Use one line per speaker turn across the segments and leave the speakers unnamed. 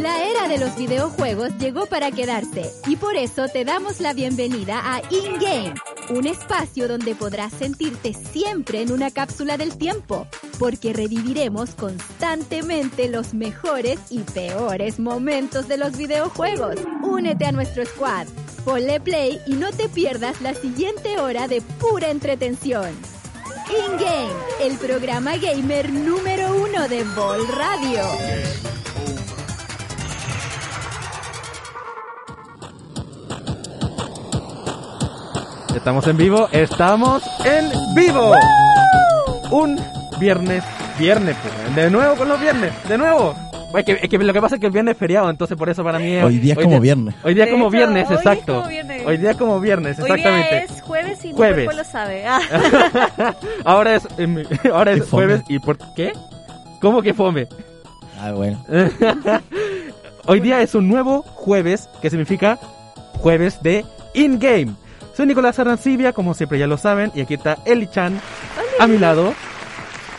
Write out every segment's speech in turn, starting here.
La era de los videojuegos llegó para quedarse y por eso te damos la bienvenida a In Game, un espacio donde podrás sentirte siempre en una cápsula del tiempo, porque reviviremos constantemente los mejores y peores momentos de los videojuegos. Únete a nuestro squad, ponle play y no te pierdas la siguiente hora de pura entretención. In Game, el programa gamer número uno de Ball Radio.
Estamos en vivo, estamos en vivo. Un viernes, viernes, pues, de nuevo con los viernes, de nuevo. Es que, es que lo que pasa es que el viernes es feriado, entonces por eso para mí es...
Hoy día es como viernes.
Hoy día es
De
como
hecho,
viernes,
hoy es
exacto.
como viernes.
Hoy día es como viernes,
Hoy día
exactamente.
es jueves y
Jueves.
mi cuerpo lo sabe. Ah,
ahora es, em, ahora
Qué
es
fome.
jueves y ¿por qué? ¿Cómo que fome?
Ah, bueno.
Hoy día es un nuevo jueves que significa jueves de in-game. Soy Nicolás Arancibia, como siempre ya lo saben, y aquí está Eli Chan a mi lado.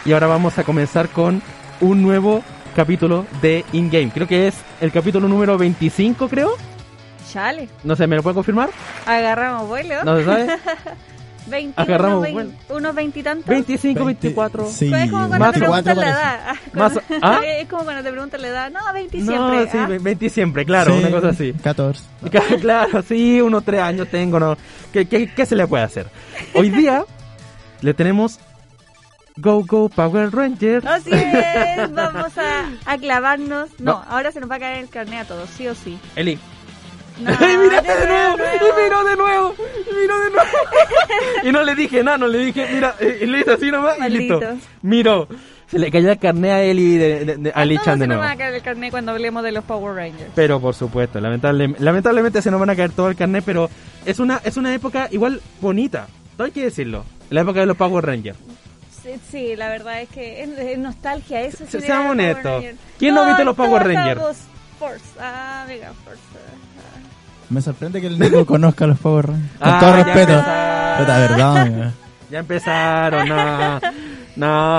Y ahora vamos a comenzar con un nuevo capítulo de in-game. Creo que es el capítulo número 25, creo.
chale.
No sé, ¿me lo pueden confirmar?
Agarramos vuelo.
No se sabe.
21,
agarramos
vein-
vuelo.
unos veintitantos. Pues
25,
20,
24.
Sí.
Es como cuando
Más
te
cuatro
preguntan la
parece.
edad. Ah,
Más-
cuando-
¿Ah?
Es como cuando te preguntan la edad. No, 20
No,
siempre.
sí,
ah.
20 siempre, claro,
Sí,
una cosa así.
14.
claro, sí, unos tres años tengo, ¿no? ¿Qué, qué, qué se le puede hacer? Hoy día le tenemos Go Go Power Rangers.
Ah.
Así es, vamos a, a clavarnos. No,
No.
ahora se nos va a caer el carnet a todos, sí o sí.
Eli.
No,
¡Ay, mírate
de
este de nuevo!
nuevo.
¡Y miró de nuevo! ¡Y miró de nuevo! y no le dije nada, no le dije, mira, eh, y le hice así nomás y listo.
Maldito.
Miró. Se le cayó el carnet a Eli de, de- de- a Eli
todos
Chan de
se nos
nuevo.
va a caer el carnet cuando hablemos de los Power Rangers.
Pero por supuesto, lamentable- lamentablemente se nos van a caer todo el carnet, pero es una, es una época igual bonita. Todo hay que decirlo. La época de los Power Rangers.
Sí, sí, la verdad es que es, es nostalgia eso.
Se-
sí,
seamos
era Power
honestos.
Ranger.
¿Quién no
Todos-
viste los Power
todos
Rangers?
estábamos Force, ah, mega Force. ah.
Me sorprende que el Nico conozca a los Power Rangers. Con
Ah,
todo
ya
respeto.
empezaron.
Puta, perdón.
Ya empezaron, no.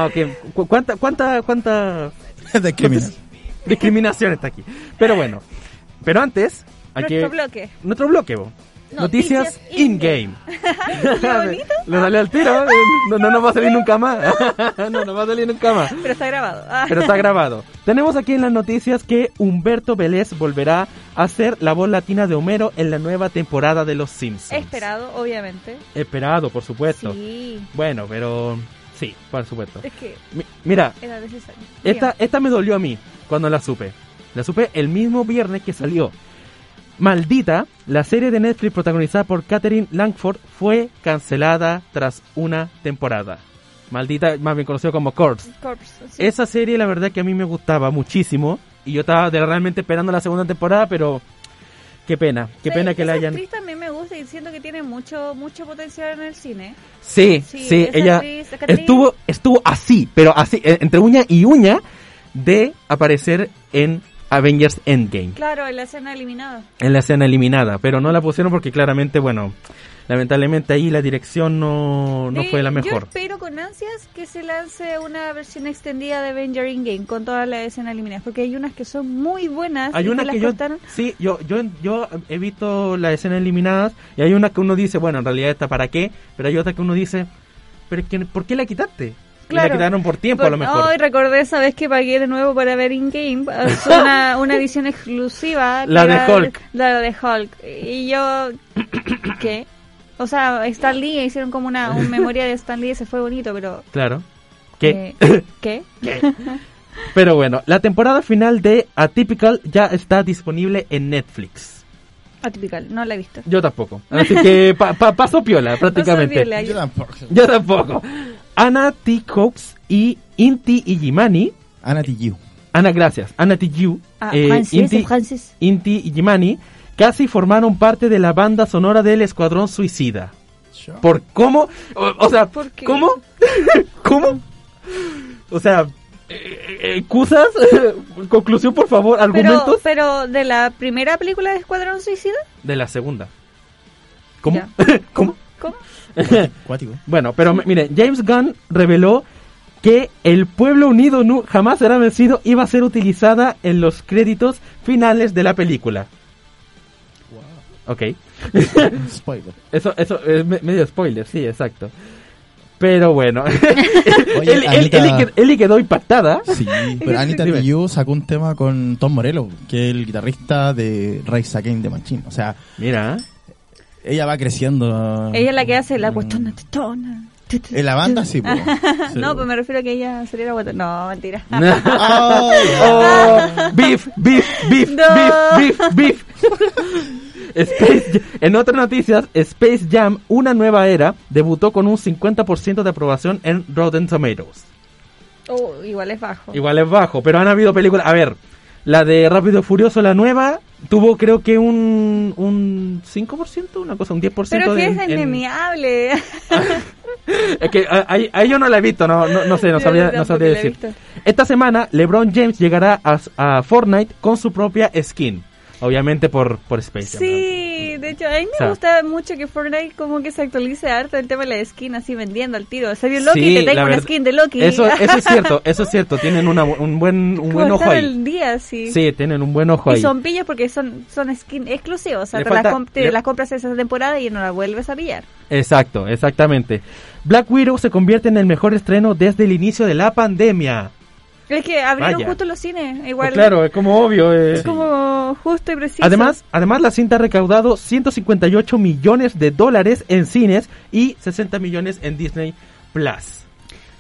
No, que, cu- cuánta, cuánta, cuánta
Es discriminar.
discriminación está aquí. Pero bueno, pero antes, hay que-
Nuestro bloque.
Nuestro bloque, vos.
Noticias
Noticias in-game.
bonito.
Lo salió al tiro, eh, no, no nos va a salir nunca más. No nos va a salir nunca más.
Pero está grabado. Ah.
Pero está grabado. Tenemos aquí en las noticias que Humberto Vélez volverá a ser la voz latina de Homero en la nueva temporada de Los Simpsons.
Esperado, obviamente.
Esperado, por supuesto.
Sí.
Bueno, pero sí, por supuesto.
Es que
Mi- mira,
era necesario.
esta, esta me dolió a mí cuando la supe. La supe el mismo viernes que salió. Maldita, la serie de Netflix protagonizada por Katherine Langford fue cancelada tras una temporada. Maldita, más bien conocido como Corpse.
Dígame. Corpse, sí.
Esa serie la verdad que a mí me gustaba muchísimo y yo estaba de- realmente esperando la segunda temporada, pero qué pena, qué
Sí,
pena que la
esa
hayan...
actriz también me gusta y siento que tiene mucho mucho potencial en el cine.
Sí, sí,
Sí, esa
ella
actriz, Catherine.
estuvo, estuvo así, pero así, eh, entre uña y uña, de aparecer en Avengers Endgame,
Claro, en la escena eliminada.
en la escena eliminada, pero no la pusieron porque claramente, bueno, lamentablemente ahí la dirección no, no
Sí,
fue la
Eh, Yo
mejor.
espero con ansias que se lance una versión extendida de Avenger Game con todas las escenas eliminadas, porque hay unas que son muy buenas. y
Hay unas
las
que yo,
cortaron.
sí, yo, yo, yo he visto las escenas eliminadas y hay unas que uno dice, bueno, en realidad esta para qué, pero hay otras que uno dice, pero es que, ¿por qué la quitaste? Y la
Claro. Pues,
quitaron por tiempo a lo
Por-
mejor.
Ay, recordé esa vez que pagué de nuevo para ver In-Game. es Una, una edición exclusiva. que
La de
era-
Hulk.
La de Hulk. Y yo. ¿Qué? O sea, Stan Lee hicieron como una un memoria de Stan Lee. Ese fue bonito, pero.
Claro. ¿Qué?
eh, ¿Qué?
Pero bueno, la temporada final de Atypical ya está disponible en Netflix.
Atypical, no la he visto.
Yo tampoco. Así que pa- pa- paso piola prácticamente.
piola.
Yo tampoco.
Yo tampoco. Ana T. Cox y Inti Illimani.
Ana Tijiu.
Ana, gracias. Ana T. Yu,
Ah,
eh,
Francis,
Inti,
el Francis.
Inti Illimani casi formaron parte de la banda sonora del Escuadrón Suicida. ¿Por cómo? O, o sea,
¿Por qué?
¿cómo? ¿Cómo? O sea, eh, eh, ¿excusas? Conclusión, por favor,
Pero,
argumentos
pero de la primera película de Escuadrón Suicida,
de la segunda. ¿Cómo?
Ya.
¿Cómo?
¿cómo?
Cuático.
Bueno, pero m- mire, James Gunn reveló que el pueblo unido nu- jamás será vencido iba a ser utilizada en los créditos finales de la película. Ok,
Spoiler.
eso, eso es me- medio spoiler, sí, exacto. Pero bueno,
Oye,
Eli, Eli-
Anita-
Eli qued- Eli quedó impactada.
Sí, pero Anita
Dime.
Tijoux sacó un tema con Tom Morello, que es el guitarrista de Rise Again de Machine. O sea,
Mira,
ella va
Ah.
creciendo.
ella es la que hace la
Mm.
guatona tetona.
En la banda sí, po. Sí,
No,
po.
pues me refiero a que ella saliera guatona. No, mentira.
Oh,
Oh, beef, beef, beef,
No.
beef, beef, beef. Space Ja- en otras noticias, Space Jam, una nueva era, debutó con un 50% de aprobación en Rotten Tomatoes.
Oh, igual es bajo.
Igual es bajo, pero han habido películas. A ver, la de Rápido y Furioso, la nueva, tuvo creo que un, un 5%, una cosa, un 10%.
Pero
de-
que es
en-
enemiable.
Es que a, a- a ello no la he visto, no, no, no sé, no
Yo
sabría, no
tampoco
sabría
la he
decir.
visto.
Esta semana, LeBron James llegará a, a Fortnite con su propia skin. Obviamente por, por Space Jam.
Sí, de hecho, a mí me
O sea-
gusta mucho que Fortnite como que se actualice harto el tema de la skin, así vendiendo al tiro. Salió
Sí,
Loki, te
la
tengo una
verdad-
skin de Loki.
Eso, eso es cierto, eso es cierto. Tienen una bu- un buen, un
Como
buen ojo
estar
ahí.
al día, sí.
Sí, tienen un buen ojo
Y
ahí.
son pillas porque son, son skin exclusivas. O sea,
Le
te,
falta-
las comp- te
le-
las compras esa temporada y no las vuelves a pillar.
Exacto, exactamente. Black Widow se convierte en el mejor estreno desde el inicio de la pandemia.
Es que abrieron
Vaya.
justo los cines. Igual
Pues claro, es como obvio. eh.
es como justo y preciso.
Además, además la cinta ha recaudado 158 millones de dólares en cines y 60 millones en Disney Plus.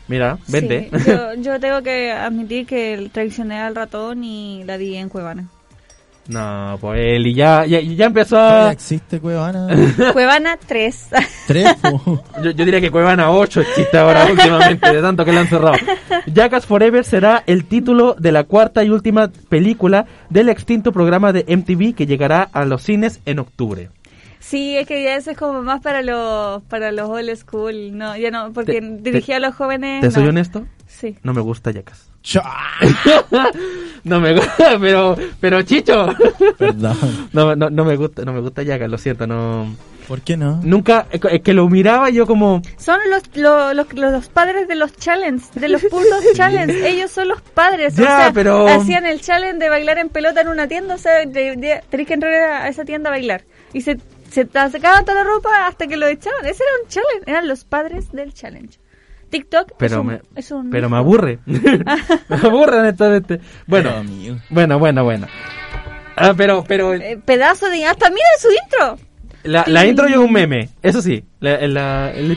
Mira,
Sí,
vende.
yo, yo tengo que admitir que el- traicioné al ratón y la di en Cuevana.
no, pues Eli, ya, ya, ya empezó
ya
a...
existe, cuevana.
Cuevana 3.
Tres, po.
Yo, yo diría que Cuevana 8 existe ahora últimamente, de tanto que la han cerrado. Jackass Forever será el título de la cuarta y última película del extinto programa de MTV que llegará a los cines en octubre.
Sí, es que ya eso es como más para los para los old school, no, ya no, porque
Te- te-
dirigía a los jóvenes.
¿Te
Eh, no.
soy honesto?
Sí.
No me gusta Jackass.
Chua.
No me gusta, pero, pero Chicho.
Perdón.
No, no, no me gusta, no me gusta Jackass, lo siento, no.
¿Por qué no?
Nunca, es que- es que lo miraba yo como,
Son los, lo- los, los, los padres de los challenge, de los putos challenge. Ellos son los padres.
Ya,
o sea,
pero-
hacían el challenge de bailar en pelota en una tienda. O sea, de- de- tenés que entrar a esa tienda a bailar. Y se, se te sacaban toda la ropa hasta que lo echaban. Ese era un challenge. Eran los padres del challenge. TikTok
pero
es, un,
me,
es un-
pero me aburre. me aburre, honestamente. Bueno,
Pero, amigo.
bueno, bueno, bueno. Ah, pero, pero,
eh, pedazo de. Hasta mira su intro.
La, la intro yo un meme, eso sí. La, la, el-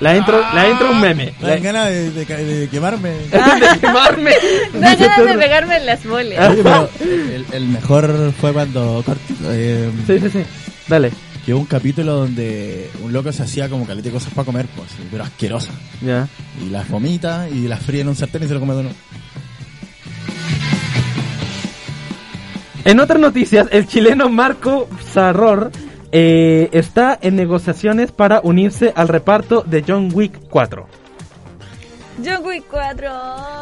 la intro, la intro un meme.
Me dan ganas de, de ca- de quemarme.
de quemarme.
Ah.
Ah.
No hay ganas de pegarme en las bolas.
Oye, pero el, el mejor fue cuando Corti- eh,
Sí, sí, sí. Dale.
que hubo un capítulo donde un loco se hacía como caleta de cosas para comer, pues, así, pero asquerosa.
Ya.
Y las vomita y las fríe en un sartén y se lo come de uno.
En otras noticias, el chileno Marco Zarror eh, está en negociaciones para unirse al reparto de John Wick 4.
John Wick 4.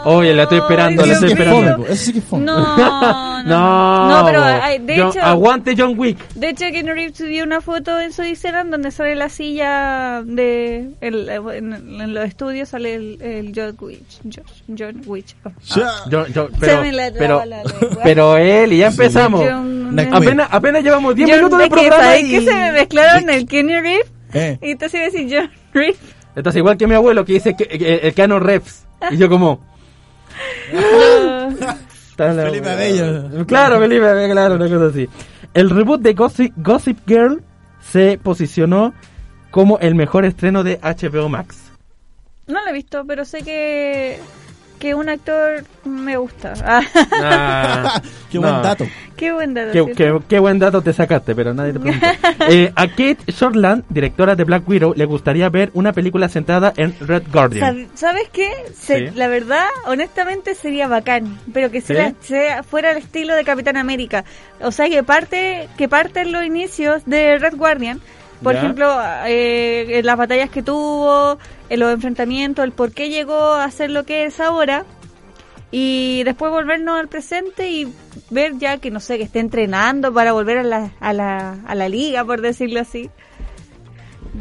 Oye, la estoy esperando,
Ay,
la
Eso
estoy
Dios
sí que es
esperando.
mío.
fome, po, eso sí que es fome.
No, no, no, No, pero ay, de
John-
hecho,
aguante John Wick.
de hecho Keanu Reeves subió una foto en su Instagram donde sale la silla de el- eh, en, en los estudios sale el, el John Wick, Josh- John Wick. Oh.
Ya.
Yo- yo-
Se
pero,
me la traba
pero,
la lengua.
pero él, y ya empezamos.
John- eh,
Next week.
Apenas, apenas llevamos 10
John
minutos de
Wick,
programa.
¿sabes
Y...
qué? se me mezclaron el Keanu Reeves
Eh,
y entonces iba a decir John Reeves.
Entonces, igual que mi abuelo que dice que, que- el Cano Reps. Y yo como...
No.
"Está la
Felipe
wea".
Abello.
Claro, Felipe Abello, claro, una cosa así. El reboot de Gossip, Gossip Girl se posicionó como el mejor estreno de HBO Max.
No lo he visto, pero sé que que un actor me gusta. Ah,
Ah,
Qué
no.
buen dato.
qué buen dato.
Qué,
¿cierto?
qué- qué buen dato te sacaste, pero nadie te preguntó. Eh, a Kate Shortland, directora de Black Widow, le gustaría ver una película sentada en Red Guardian.
Sab- ¿Sabes qué? Se-
Sí.
La verdad, honestamente, sería bacán, pero que
¿Sí?
sea, sea- fuera el estilo de Capitán América. O sea, que parte que parten los inicios de Red Guardian, por
Ya.
ejemplo, eh, en las batallas que tuvo, en los enfrentamientos, el por qué llegó a ser lo que es ahora, y después volvernos al presente y ver ya que, no sé, que esté entrenando para volver a la, a la, a la liga, por decirlo así.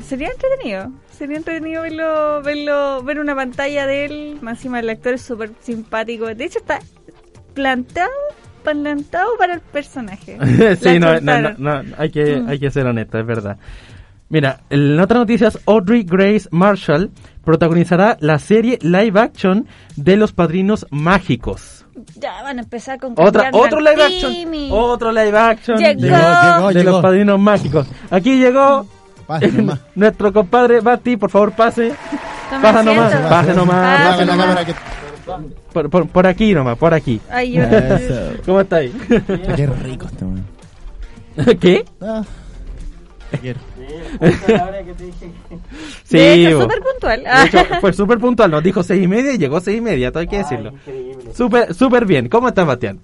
Sería entretenido. Sería entretenido verlo, verlo, ver una pantalla de él. Más encima el actor es súper simpático. De hecho, está plantado, plantado para el personaje. La Mm.
sí, no, no,
chuntaron.
no, no, hay, que, hay que ser honesta, es verdad. Mira, en otras noticias, Audrey Grace Marshall protagonizará la serie live action de Los Padrinos Mágicos.
Ya van a empezar con
Otra,
cambiarme
otro
al
live action. Oh,
Timmy.
Otro live action de,
Llegó.
Llegó,
de Los
llegó, llegó.
Padrinos Mágicos. Aquí llegó
Pase nomás.
nuestro compadre Bati, por favor pase.
Toma
Pasa
asiento.
nomás, pase nomás.
Pase
Apaga la
nomás.
cámara que-
Por, por, por aquí nomás, por aquí.
Ay, yo-
Eso.
¿Cómo está ahí?
Qué rico este man.
¿Qué?
Ah, te quiero.
Sí,
de hecho,
bo.
súper puntual.
De hecho, fue súper puntual, nos dijo seis y media y llegó seis y media, todo hay que decirlo. Súper, súper bien. ¿Cómo estás, Bastián?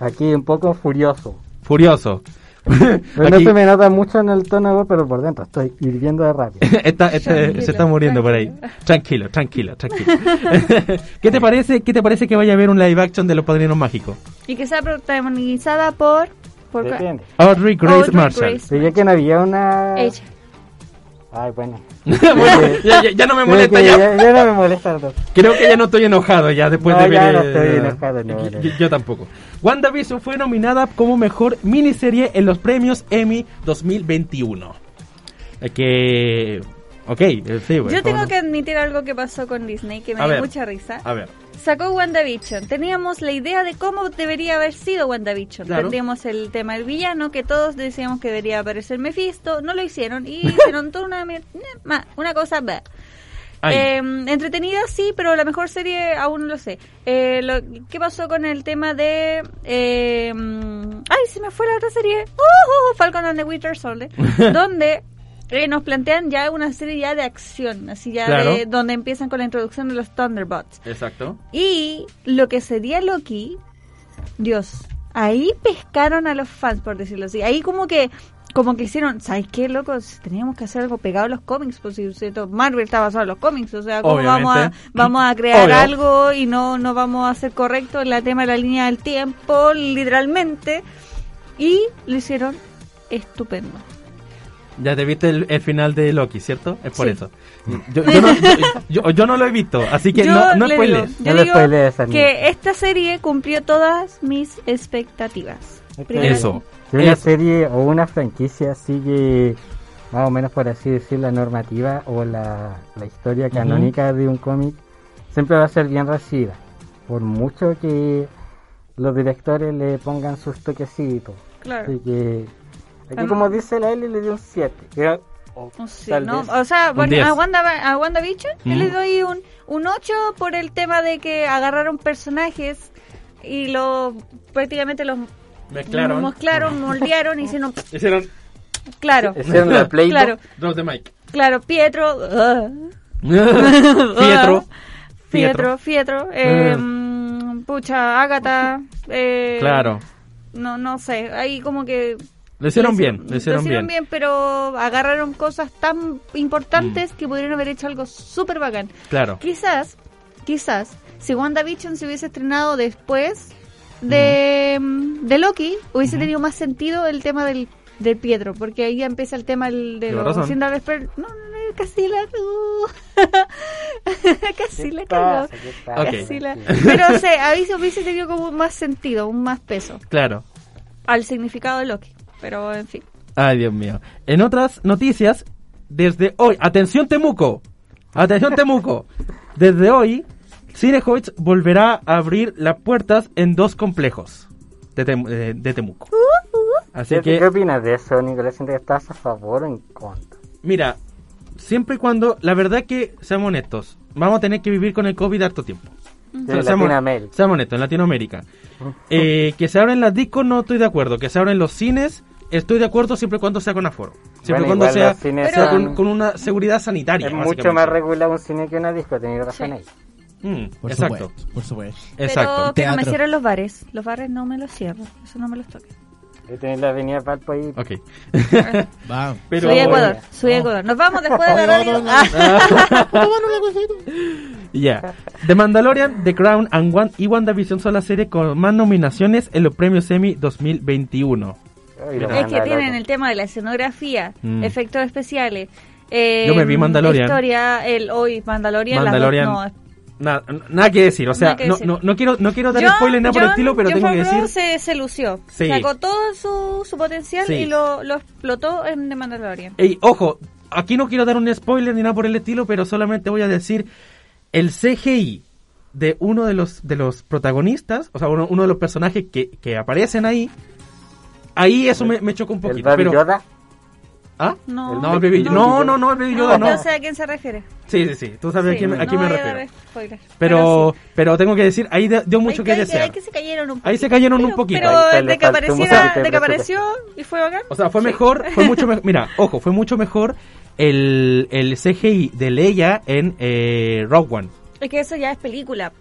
Aquí un poco furioso.
Furioso.
No
Aquí-
se me nota mucho en el tono, de voz, pero por dentro estoy hirviendo de rabia.
Está- este- se está muriendo por ahí. Tranquilo, tranquilo, tranquilo. ¿Qué te parece? ¿Qué te parece que vaya a haber un live action de los Padrinos Mágicos?
y que sea protagonizada por... por
Depende.
Audrey Grace
Audrey
Marshall.
Grace.
Pero yo que no había una...
Ella.
Ay, bueno.
Bueno, ya, ya- ya no me
Creo
molesta
que
ya.
Ya, ya no me molesta. no.
Creo que ya no estoy enojado ya después
No,
de ver.
ya no
eh,
estoy enojado, no,
yo,
no,
yo-
no.
yo tampoco. WandaVision fue nominada como mejor miniserie en los premios Emmy 2021. Eh, Que. Ok, eh, sí, güey.
Yo tengo
vámonos.
que admitir algo que pasó con Disney que me
A
dio
ver.
mucha risa.
A ver.
Sacó WandaVision. Teníamos la idea de cómo debería haber sido WandaVision.
Claro.
Tendríamos el tema del villano, que todos decíamos que debería aparecer Mephisto. No lo hicieron y hicieron toda una, mier- ma- una cosa. bah.
Ahí.
Eh, entretenida sí, pero la mejor serie aún no lo sé. Eh, lo- ¿Qué pasó con el tema de... eh, mm, ay, se me fue la otra serie. ¡Uh! Falcon and the Winter Soldier. donde eh, nos plantean ya una serie ya de acción, así ya
Claro.
de- donde empiezan con la introducción de los Thunderbots.
Exacto.
Y lo que sería Loki, Dios, ahí pescaron a los fans, por decirlo así. Ahí como que como que hicieron, ¿sabes qué, locos? Teníamos que hacer algo pegado a los cómics, por si cierto, Marvel está basado en los cómics, o sea, ¿cómo vamos a,
Obviamente.
vamos a crear
Obvio.
algo y no, no vamos a ser correctos en la tema de la línea del tiempo, literalmente? Y lo hicieron estupendo.
Ya te viste el, el final de Loki, ¿cierto? Es por
Sí.
eso. Yo, yo no, yo- yo- yo no lo he visto, así que
Yo
no, no
le digo, yo
spoilees.
No
le
le
digo
spoilees, Ani.
que esta serie cumplió todas mis expectativas.
Ok.
Primero-
Eso.
Si una
Eso.
serie o una franquicia sigue, más o menos por así decir, la normativa o la, la historia canónica de un cómic, siempre va a ser bien recibida. Por mucho que los directores le pongan sus toquecitos.
Claro.
Así que, aquí
Am-
como dice la L, le dio un 7.
No sé,
Tal
no, oh,
vez.
o sea, bueno,
10.
a, Wanda, a WandaVision yo
Mm.
le doy un, un 8 por el tema de que agarraron personajes y los prácticamente los
Mezclaron.
mezclaron, moldearon y hicieron.
Hicieron
Claro,
Hicieron la Play
claro,
drop the mic.
claro, Pietro. ugh.
Pietro.
Pietro, Pietro. eh, mm, pucha, Agatha. eh,
Claro.
No, no sé, ahí como que
Lo hicieron bien, lo hicieron
bien.
bien.
pero agarraron cosas tan
Mm.
importantes que pudieron haber hecho algo súper bacán.
Claro.
Quizás, quizás, si WandaVision se hubiese estrenado después de, mm, de Loki, hubiese tenido más sentido el tema del, del Pietro, porque ahí ya empieza el tema el- de
Lleva
los
razón.
síndromes per- No, no, no, casi la... casi la cagó. Casi la- Pero se ahí se hubiese tenido como más sentido, un más peso
Claro.
al significado de Loki. Pero en fin.
Ay, Dios mío. En otras noticias, desde hoy, atención Temuco, atención Temuco, desde hoy, Cinehoids volverá a abrir las puertas en dos complejos de, Tem- eh, de Temuco. Así
¿Qué
que,
opinas de eso, Nicolás? ¿Sientes que estás a favor o en contra?
mira, siempre y cuando, la verdad que seamos honestos, vamos a tener que vivir con el COVID harto tiempo.
De Latinoamérica.
Seamos honestos, en Latinoamérica. Eh, que se abren las discos, no estoy de acuerdo. Que se abren los cines, estoy de acuerdo siempre y cuando sea con aforo. Siempre y
Bueno,
cuando
igual
sea,
los cines
sea
son-
con, con una seguridad sanitaria.
Es mucho más
básicamente.
regular un cine que una disco, tenéis razón
Sí.
ahí.
Mm,
Por
exacto,
supuesto, por supuesto.
Pero
exacto.
que no me
Teatro.
cierren los bares. Los bares no me los cierro. Eso no me los toque.
Ahí tenéis la avenida Palpo ahí.
Ok.
Va.
Pero-
Soy Ecuador.
Oye.
Soy Ecuador. Nos vamos después de la radio. Ah,
Ya. The Mandalorian, The Crown and One y WandaVision son las series con más nominaciones en los premios Emmy 2021.
Ay, lo
es que
manda
tienen
loco.
el tema de la escenografía,
Mm.
efectos especiales. eh,
Yo me vi Mandalorian.
Historia, el hoy, Mandalorian. las dos-
Mandalorian.
no,
Nada, n- nada que decir, o sea,
Nada que
no,
decir.
no, no quiero, no quiero dar
John-
spoiler nada por el
John-
estilo, pero
John
tengo que
Favreau
decir.
se, se lució.
Sí.
Sacó todo su, su potencial
Sí.
y lo, lo explotó en The Mandalorian.
Ey, ojo, aquí no quiero dar un spoiler ni nada por el estilo, pero solamente voy a decir el CGI de uno de los de los protagonistas, o sea, uno, uno de los personajes que, que aparecen ahí. Ahí eso me, me chocó un
¿El
poquito.
Baby
pero,
Yoda?
¿Ah?
No,
No, el Baby- no, no, no, el Baby Yoda
no,
no.
yo sé a quién se refiere.
Sí, sí, sí. Tú sabes a
Sí,
quién, a quién
no
me
voy dar
refiero.
spoiler.
Pero,
sí.
pero tengo que decir, ahí de- dio mucho
Ahí
que
ca-
desear.
ahí que se cayeron un poquito.
Ahí se cayeron un
Pero-
poquito.
Pero,
Ahí
de
le
que,
faltó un
apareciera,
poquito
de
de
que apareció y fue bacán.
O sea, fue mejor, fue mucho mejor. Mira, ojo, fue mucho mejor el, el CGI de Leia en eh, Rogue One.
Es que eso ya es película.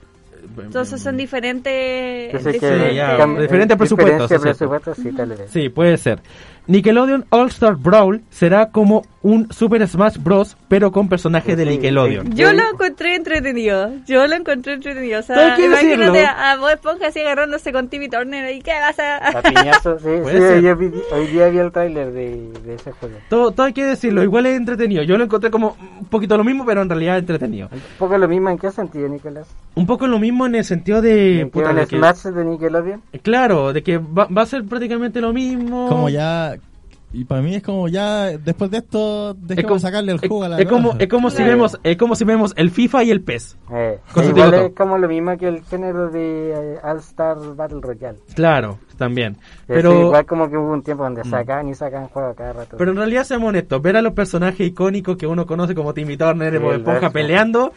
Entonces
Mm.
son diferentes.
Yo sé que-
diferentes-
ya,
cam-
diferentes presupuestos,
Diferencia
es cierto.
presupuestos, sí, tal vez.
Sí, puede ser. Nickelodeon All Star Brawl será como un Super Smash Bros, pero con personajes de
Sí,
Nickelodeon.
sí.
Yo lo encontré entretenido. Yo lo encontré entretenido. O sea,
Hay que
imagínate
decirlo.
a, a Bob Esponja así agarrándose con Timmy Turner. ¿Y qué vas
A
a.?
piñazo, sí,
Puede
sí,
ser.
yo vi- hoy día vi el tráiler de, de ese juego.
Todo, todo hay que decirlo, igual es entretenido. Yo lo encontré como un poquito lo mismo, pero en realidad entretenido.
Un poco lo mismo en qué sentido, Nicolás.
Un poco lo mismo en el sentido de...
¿En qué
puta,
el
de que-
Smash de Nickelodeon?
claro, de que va, va a ser prácticamente lo mismo.
Como ya. Y para mí es como ya. Después de esto, dejemos
como-
de sacarle el
es-
jugo a la.
es como,
cosa.
es como si
Claro.
vemos, es como si vemos el FIFA y el PES.
Eh,
Con su
igual
piloto.
es como lo mismo que el género de eh, All Star Battle Royale.
Claro, también.
Pero...
Pero, Mm.
igual como que hubo un tiempo donde sacaban y sacaban juegos cada rato.
pero en realidad seamos honestos, ver a los personajes icónicos que uno conoce como Timmy Turner,
Sí,
Bob
el
Esponja
verso.
peleando,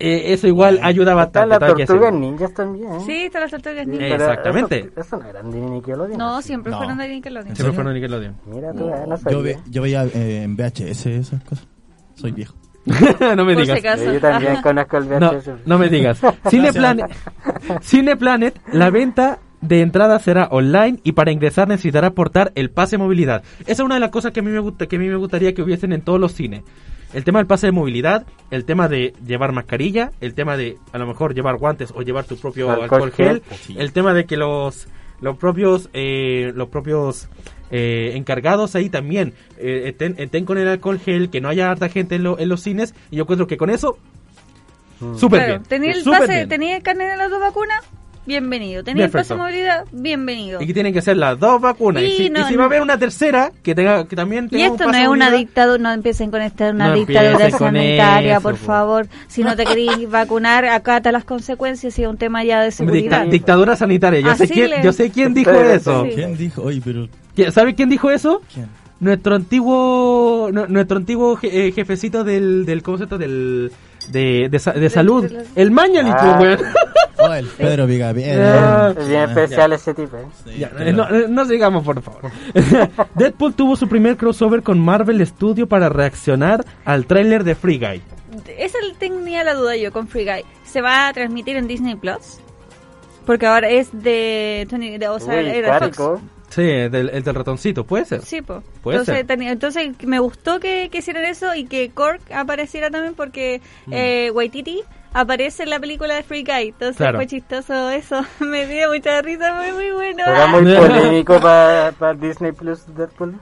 eh, eso igual ayuda
Están
bastante.
las
todo hay que
tortugas
decirlo.
ninjas también. ¿eh?
Sí, te lo salto que es
Sí,
niño.
pero
Exactamente.
Eso, eso no eran de
Eh,
Nickelodeon.
No,
sí.
siempre
No.
fueron de Nickelodeon.
Siempre
serio?
fueron Nickelodeon.
Mira tú, eh, no
yo,
sabía.
ve- yo veía eh, en VHS esas cosas. Soy viejo.
no me
Por si
digas.
acaso.
Yo también conozco el
No,
VHS.
no me digas. Cineplanet, Cineplanet, la venta de entrada será online y para ingresar necesitará aportar el pase de movilidad. Esa es una de las cosas que a mí me gusta, que a mí me gustaría que hubiesen en todos los cines. El tema del pase de movilidad, el tema de llevar mascarilla, el tema de a lo mejor llevar guantes o llevar tu propio alcohol,
Alcohol
gel,
gel.
Sí.
el tema de que los los propios eh, los propios eh, encargados ahí también eh, estén, estén con el alcohol gel, que no haya harta gente en, lo- en los cines y yo encuentro que con eso Súper
Claro,
bien.
tenía el
súper
pase,
bien.
tenía el carnet de las dos vacunas, bienvenido. Tenía el pase
Perfecto.
de movilidad, bienvenido.
Y que tienen que ser las dos vacunas. Y,
Y
si,
no-
y si va a haber una tercera, que tenga que también
Y
tenga un
esto no
pase
es una
obligado.
dictadura, no empiecen con esta una
No
dictadura
empiecen con
sanitaria,
eso,
por
po.
favor. Si no te queréis vacunar, acata las consecuencias y es un tema ya de
Una dicta-
seguridad.
dictadura sanitaria. Yo
Así
sé, quién,
le-
yo sé quién dijo
Ustedes,
eso.
sí.
¿Quién dijo? Oye, pero.
¿Qui- ¿Sabe quién dijo eso?
¿Quién?
Nuestro antiguo nu- nuestro antiguo je- eh, jefecito del, del concepto del de, de, sa- de salud.
de la-
El Mañalich,
Ah.
weón.
Oh, el Pedro Vigapiedra.
Ah.
Es bien especial ese tipo, ¿eh?
Sí,
Ya, eh,
pero-
no, eh, no sigamos, por favor. Deadpool tuvo su primer crossover con Marvel Studio para reaccionar al tráiler de Free Guy.
Esa tenía la duda yo con Free Guy. ¿Se va a transmitir en Disney Plus? Porque ahora es de, Tony, de o sea,
Uy,
era Fox.
carico.
Sí, del, el del ratoncito, puede ser.
Sí, po.
Puede
entonces,
ser.
tenía- entonces me gustó que, que hicieran eso y que Cork apareciera también porque
Mm.
eh, Waititi aparece en la película de Free Guy. Entonces
Claro.
fue chistoso eso. me dio mucha risa, fue muy bueno.
Será muy polémico para Disney Plus Deadpool.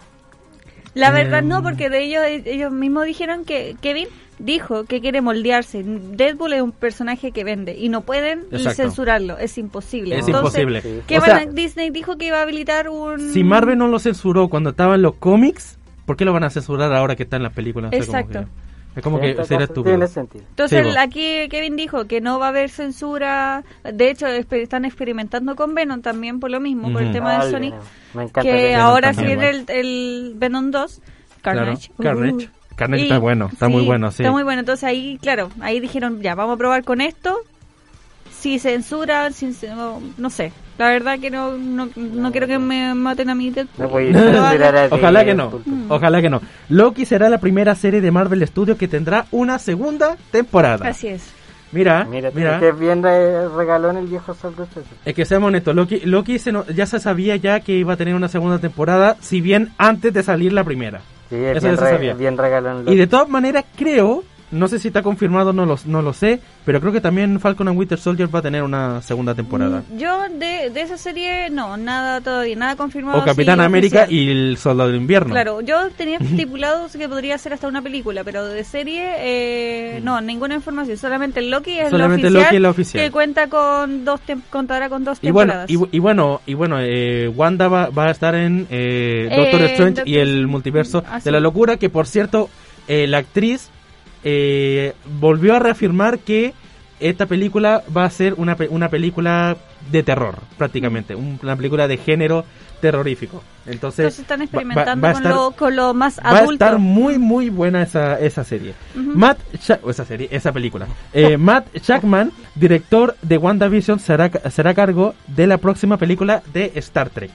La verdad
Em.
no, porque de ellos ellos mismos dijeron que Kevin dijo que quiere moldearse. Deadpool es un personaje que vende y no pueden
Exacto.
censurarlo, es imposible.
Es
Entonces,
imposible.
sí.
¿qué
O
van a-
sea,
Disney dijo que iba a habilitar un...
Si Marvel no lo censuró cuando estaba en los cómics, ¿por qué lo van a censurar ahora que está en las películas? O sea, como
Exacto.
que- es como que
Cierta
será
cosa. Tiene
estúpido.
sentido.
Entonces
Sí, po.
aquí Kevin dijo que no va a haber censura. De hecho, espe- están experimentando con Venom también por lo mismo, por el
Ujú.
tema
Ay,
de Sonic.
bueno, Me encanta.
que
Venom
ahora sí
también,
viene el, el Venom 2, Carnage.
Claro, Carnage. Carnage
Y-
está bueno, está muy bueno, sí.
Está muy bueno, entonces ahí, claro, ahí dijeron, ya, vamos a probar con esto. si censuran, si, no, no sé. La verdad que no, no, no quiero que me maten a mí. Deadpool.
No voy a
No lo
censurar
hagan.
a
Ojalá que no.
Deadpool.
Mm.
Ojalá que no. Loki será la primera serie de Marvel Studios que tendrá una segunda temporada.
Así es.
Mira,
Mira,
mira. Eh,
es que es bien re- regalón el viejo Sal
Es que seamos honestos, Loki, Loki se no- ya se sabía ya que iba a tener una segunda temporada, si bien antes de salir la primera.
Sí, es
Eso
bien,
ya se
re-
sabía.
bien regalón.
Y de todas maneras creo, no sé si está confirmado, no lo, no lo sé, pero creo que también Falcon and Winter Soldier va a tener una segunda temporada.
Mm, Yo de, de esa serie, no, nada todavía, nada confirmado.
O Capitán
así,
América
Mm, oficial.
y el Soldado del Invierno.
Claro, yo tenía estipulado que podría ser hasta una película, pero de serie, eh, no, ninguna información. Solamente Loki es
Mm.
la
Solamente
oficial.
Loki es la oficial.
Que cuenta con dos tem- contará con dos
Y bueno,
temporadas.
y, bu- y bueno, y bueno, eh, Wanda va, va a estar en eh, Doctor
Eh,
Strange y
Doctor- Ah,
el multiverso
Así.
de la locura, que por cierto, eh, la actriz eh, volvió a reafirmar que esta película va a ser una, pe- una película de terror, prácticamente, un- una película de género terrorífico.
Entonces
Entonces,
están
Este, va- va-
experimentando
va a
con,
estar-
lo, con lo más
Va a
adulto.
estar muy muy buena esa, esa serie. Matt Sha- o esa serie, esa película. Eh, Matt Shackman, director de WandaVision, será será cargo de la próxima película de Star Trek.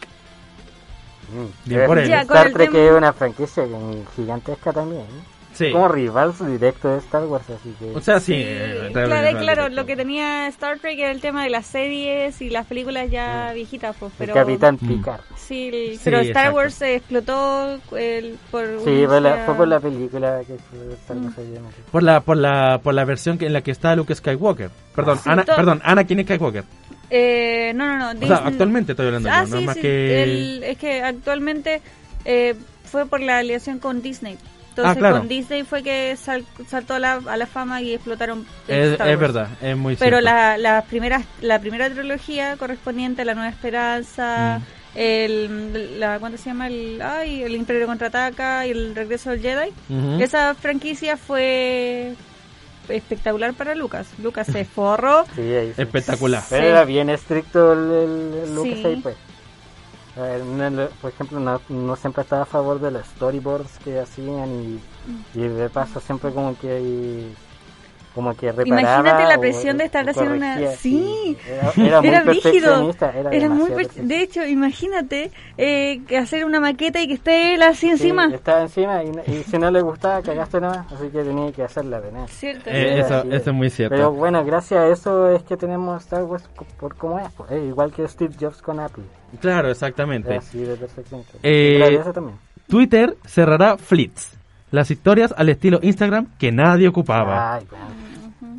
Bien por él.
Ya, con
Mm. Star
el
Trek
tema-
es una franquicia que- gigantesca también. ¿eh?
Sí.
Como rival directo de Star Wars, así que...
O sea,
Sí,
sí. eh,
claro,
realmente-
claro, lo que tenía Star Trek era el tema de las series y las películas ya viejitas, pues,
Mm. el
pero
Capitán
Mm.
Picard.
Sí, el-
Sí,
pero Star
exacto.
Wars se explotó el, por
Sí,
una
fue, la,
idea-
fue por la película que fue Star Wars
Mm.
ahí en el-
Por la por la por la versión que, en la que está Luke Skywalker. Perdón,
Sí,
Ana,
to-
perdón, Ana quién es Skywalker.
Eh, no, no, no.
O sea,
Disney-
actualmente estoy hablando
Ah,
yo, no
sí,
más
sí,
que
el- es que actualmente eh, fue por la aliación con Disney. Entonces,
Ah, claro.
con Disney fue que sal- saltó a la, a la fama y explotaron.
es,
Star Wars.
es verdad, es muy
Pero
cierto.
la, la, primera, la primera trilogía correspondiente a La Nueva Esperanza,
Mm.
el, la, ¿cuánto se llama? El, ay, el Imperio Contraataca y El Regreso del Jedi.
Ujú.
Esa franquicia fue espectacular para Lucas. Lucas se forró.
Sí, ahí sí.
espectacular.
Pero era bien estricto el, el, el Lucas
Sí.
ahí, pues. A ver, no- no- por ejemplo, no, no siempre estaba a favor de los storyboards que hacían y,
Mm.
y de paso siempre como que ahí- como que reparaba
Imagínate la
o-
presión de estar
o
haciendo una-
corregía,
sí.
Era, era muy
Era rígido.
perfeccionista, era,
Era muy
demasiado
per-
perfeccionista.
de hecho, imagínate eh, que hacer una maqueta y que esté él así
Sí,
encima.
estaba encima y, no- y si no le gustaba cagaste nada, así que tenía que hacerla de nada.
Cierto.
Eh,
Era
eso,
así.
eso es muy cierto.
Pero bueno, gracias a eso es que tenemos Star Wars co- por como es, pues, eh, igual que Steve Jobs con Apple.
Claro,
Era
exactamente.
así de perfeccionista.
Eh,
Gracias a eso también.
Twitter cerrará Flits, las historias al estilo Instagram que nadie ocupaba.
Ay, bueno.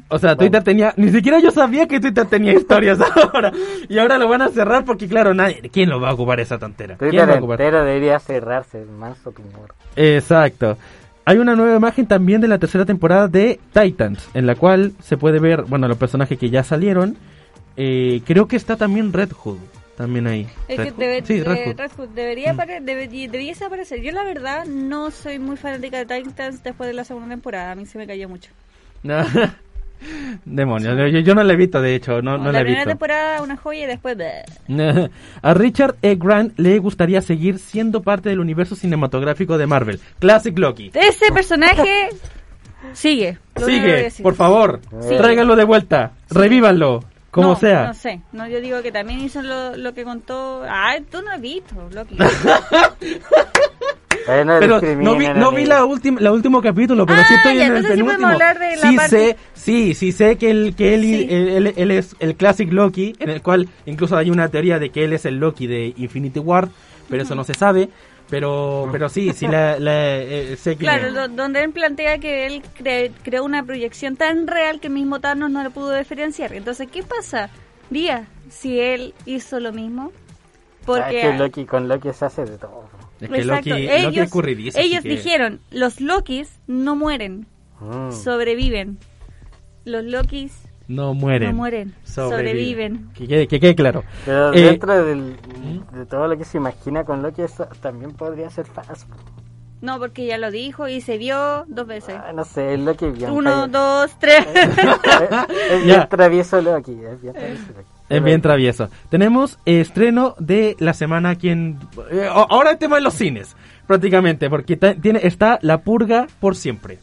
o sea, Twitter tenía, ni siquiera yo sabía que Twitter tenía historias ahora. Y ahora lo van a cerrar porque claro, nadie, ¿quién lo va a ocupar esa tontera? ¿Quién
Twitter
lo va a ocupar?
entero debería cerrarse, el manso primor.
Exacto. Hay una nueva imagen también de la tercera temporada de Titans, en la cual se puede ver, bueno, los personajes que ya salieron. Eh, creo que está también Red Hood, también ahí.
Es
Red
que
Hood.
debe-
Sí, Red
eh,
Hood. Mm.
Red Hood debería apare- debe- debiese aparecer. Yo la verdad no soy muy fanática de Titans después de la segunda temporada. A mí se me cayó mucho.
No. Demonios, yo, yo no la he visto, de hecho, no, no
la
la he
primera
visto.
temporada una joya y después... bleh.
A Richard E. Grant le gustaría seguir siendo parte del universo cinematográfico de Marvel. Classic Loki.
Ese personaje sigue. lo único que voy a
Sigue,
decir.
por favor.
Sigue.
Tráiganlo de vuelta. Revívanlo. Como
No,
sea.
No sé. No, yo digo que también hizo lo, lo que contó... Ay, tú no has visto, Loki.
Eh, no
Pero
discriminen,
no vi, no vi
amigo.
la última, la último capítulo, pero sí
Ah,
estoy
ya,
en el
entonces sí podemos
penúltimo.
hablar de la
sí
parte-
sé, sí, sí sé que él, que él,
Sí.
él, él- él es el classic Loki, en el cual incluso hay una teoría de que él es el Loki de Infinity War, pero eso no se sabe. Pero, pero sí, sí la, la- eh, sé que
Claro, do- donde él plantea que él cre- creó una proyección tan real que el mismo Thanos no lo pudo diferenciar. Entonces, ¿qué pasa, Día, si él hizo lo mismo?
Ah, es
Porque
que Loki, con Loki se hace de todo.
Es que
Exacto.
Loki, Loki
ellos,
es corridizo, así
ellos
que-
dijeron, los Lokis no mueren,
Mm.
sobreviven. Los Lokis
no mueren,
no mueren, sobreviven.
Que quede, que quede claro.
Pero
Eh,
dentro del- de todo lo que se imagina con Loki, eso también podría ser falso.
No, porque ya lo dijo y se vio dos veces.
Ah, no sé, el Loki es bien.
Uno,
travieso.
dos, tres. Eh.
Eh, es bien
Ya.
travieso Loki. Es bien travieso Loki.
Es bien travieso. Tenemos eh, estreno de la semana aquí en... eh, a- ahora el tema de los cines, prácticamente, porque ta- tiene, está La Purga por siempre.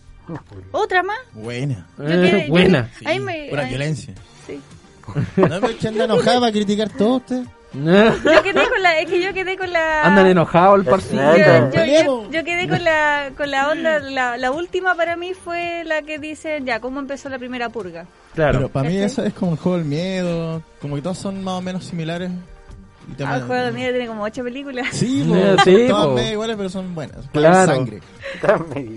¿Otra más?
Buena.
quiero-
Eh, buena.
Ay, me-
pura
ay.
violencia.
Sí.
No me echen de enojada para criticar todo usted.
Yo quedé con la, es que yo quedé con la.
Andan enojado el parcillo.
Yo, yo- yo-
Peleemos.
yo quedé con la, con la onda, la, la última para mí fue la que dice, ya, ¿cómo empezó la primera purga?
Pero
Claro.
para mí eso es como el juego del miedo, como que todos son más o menos similares. Y te
Ah,
mandan-
el juego de miedo tiene como ocho películas.
Sí, po,
Eh,
son
sí,
todas
po.
medio iguales, pero son buenas.
Claro.
Claro. Sangre.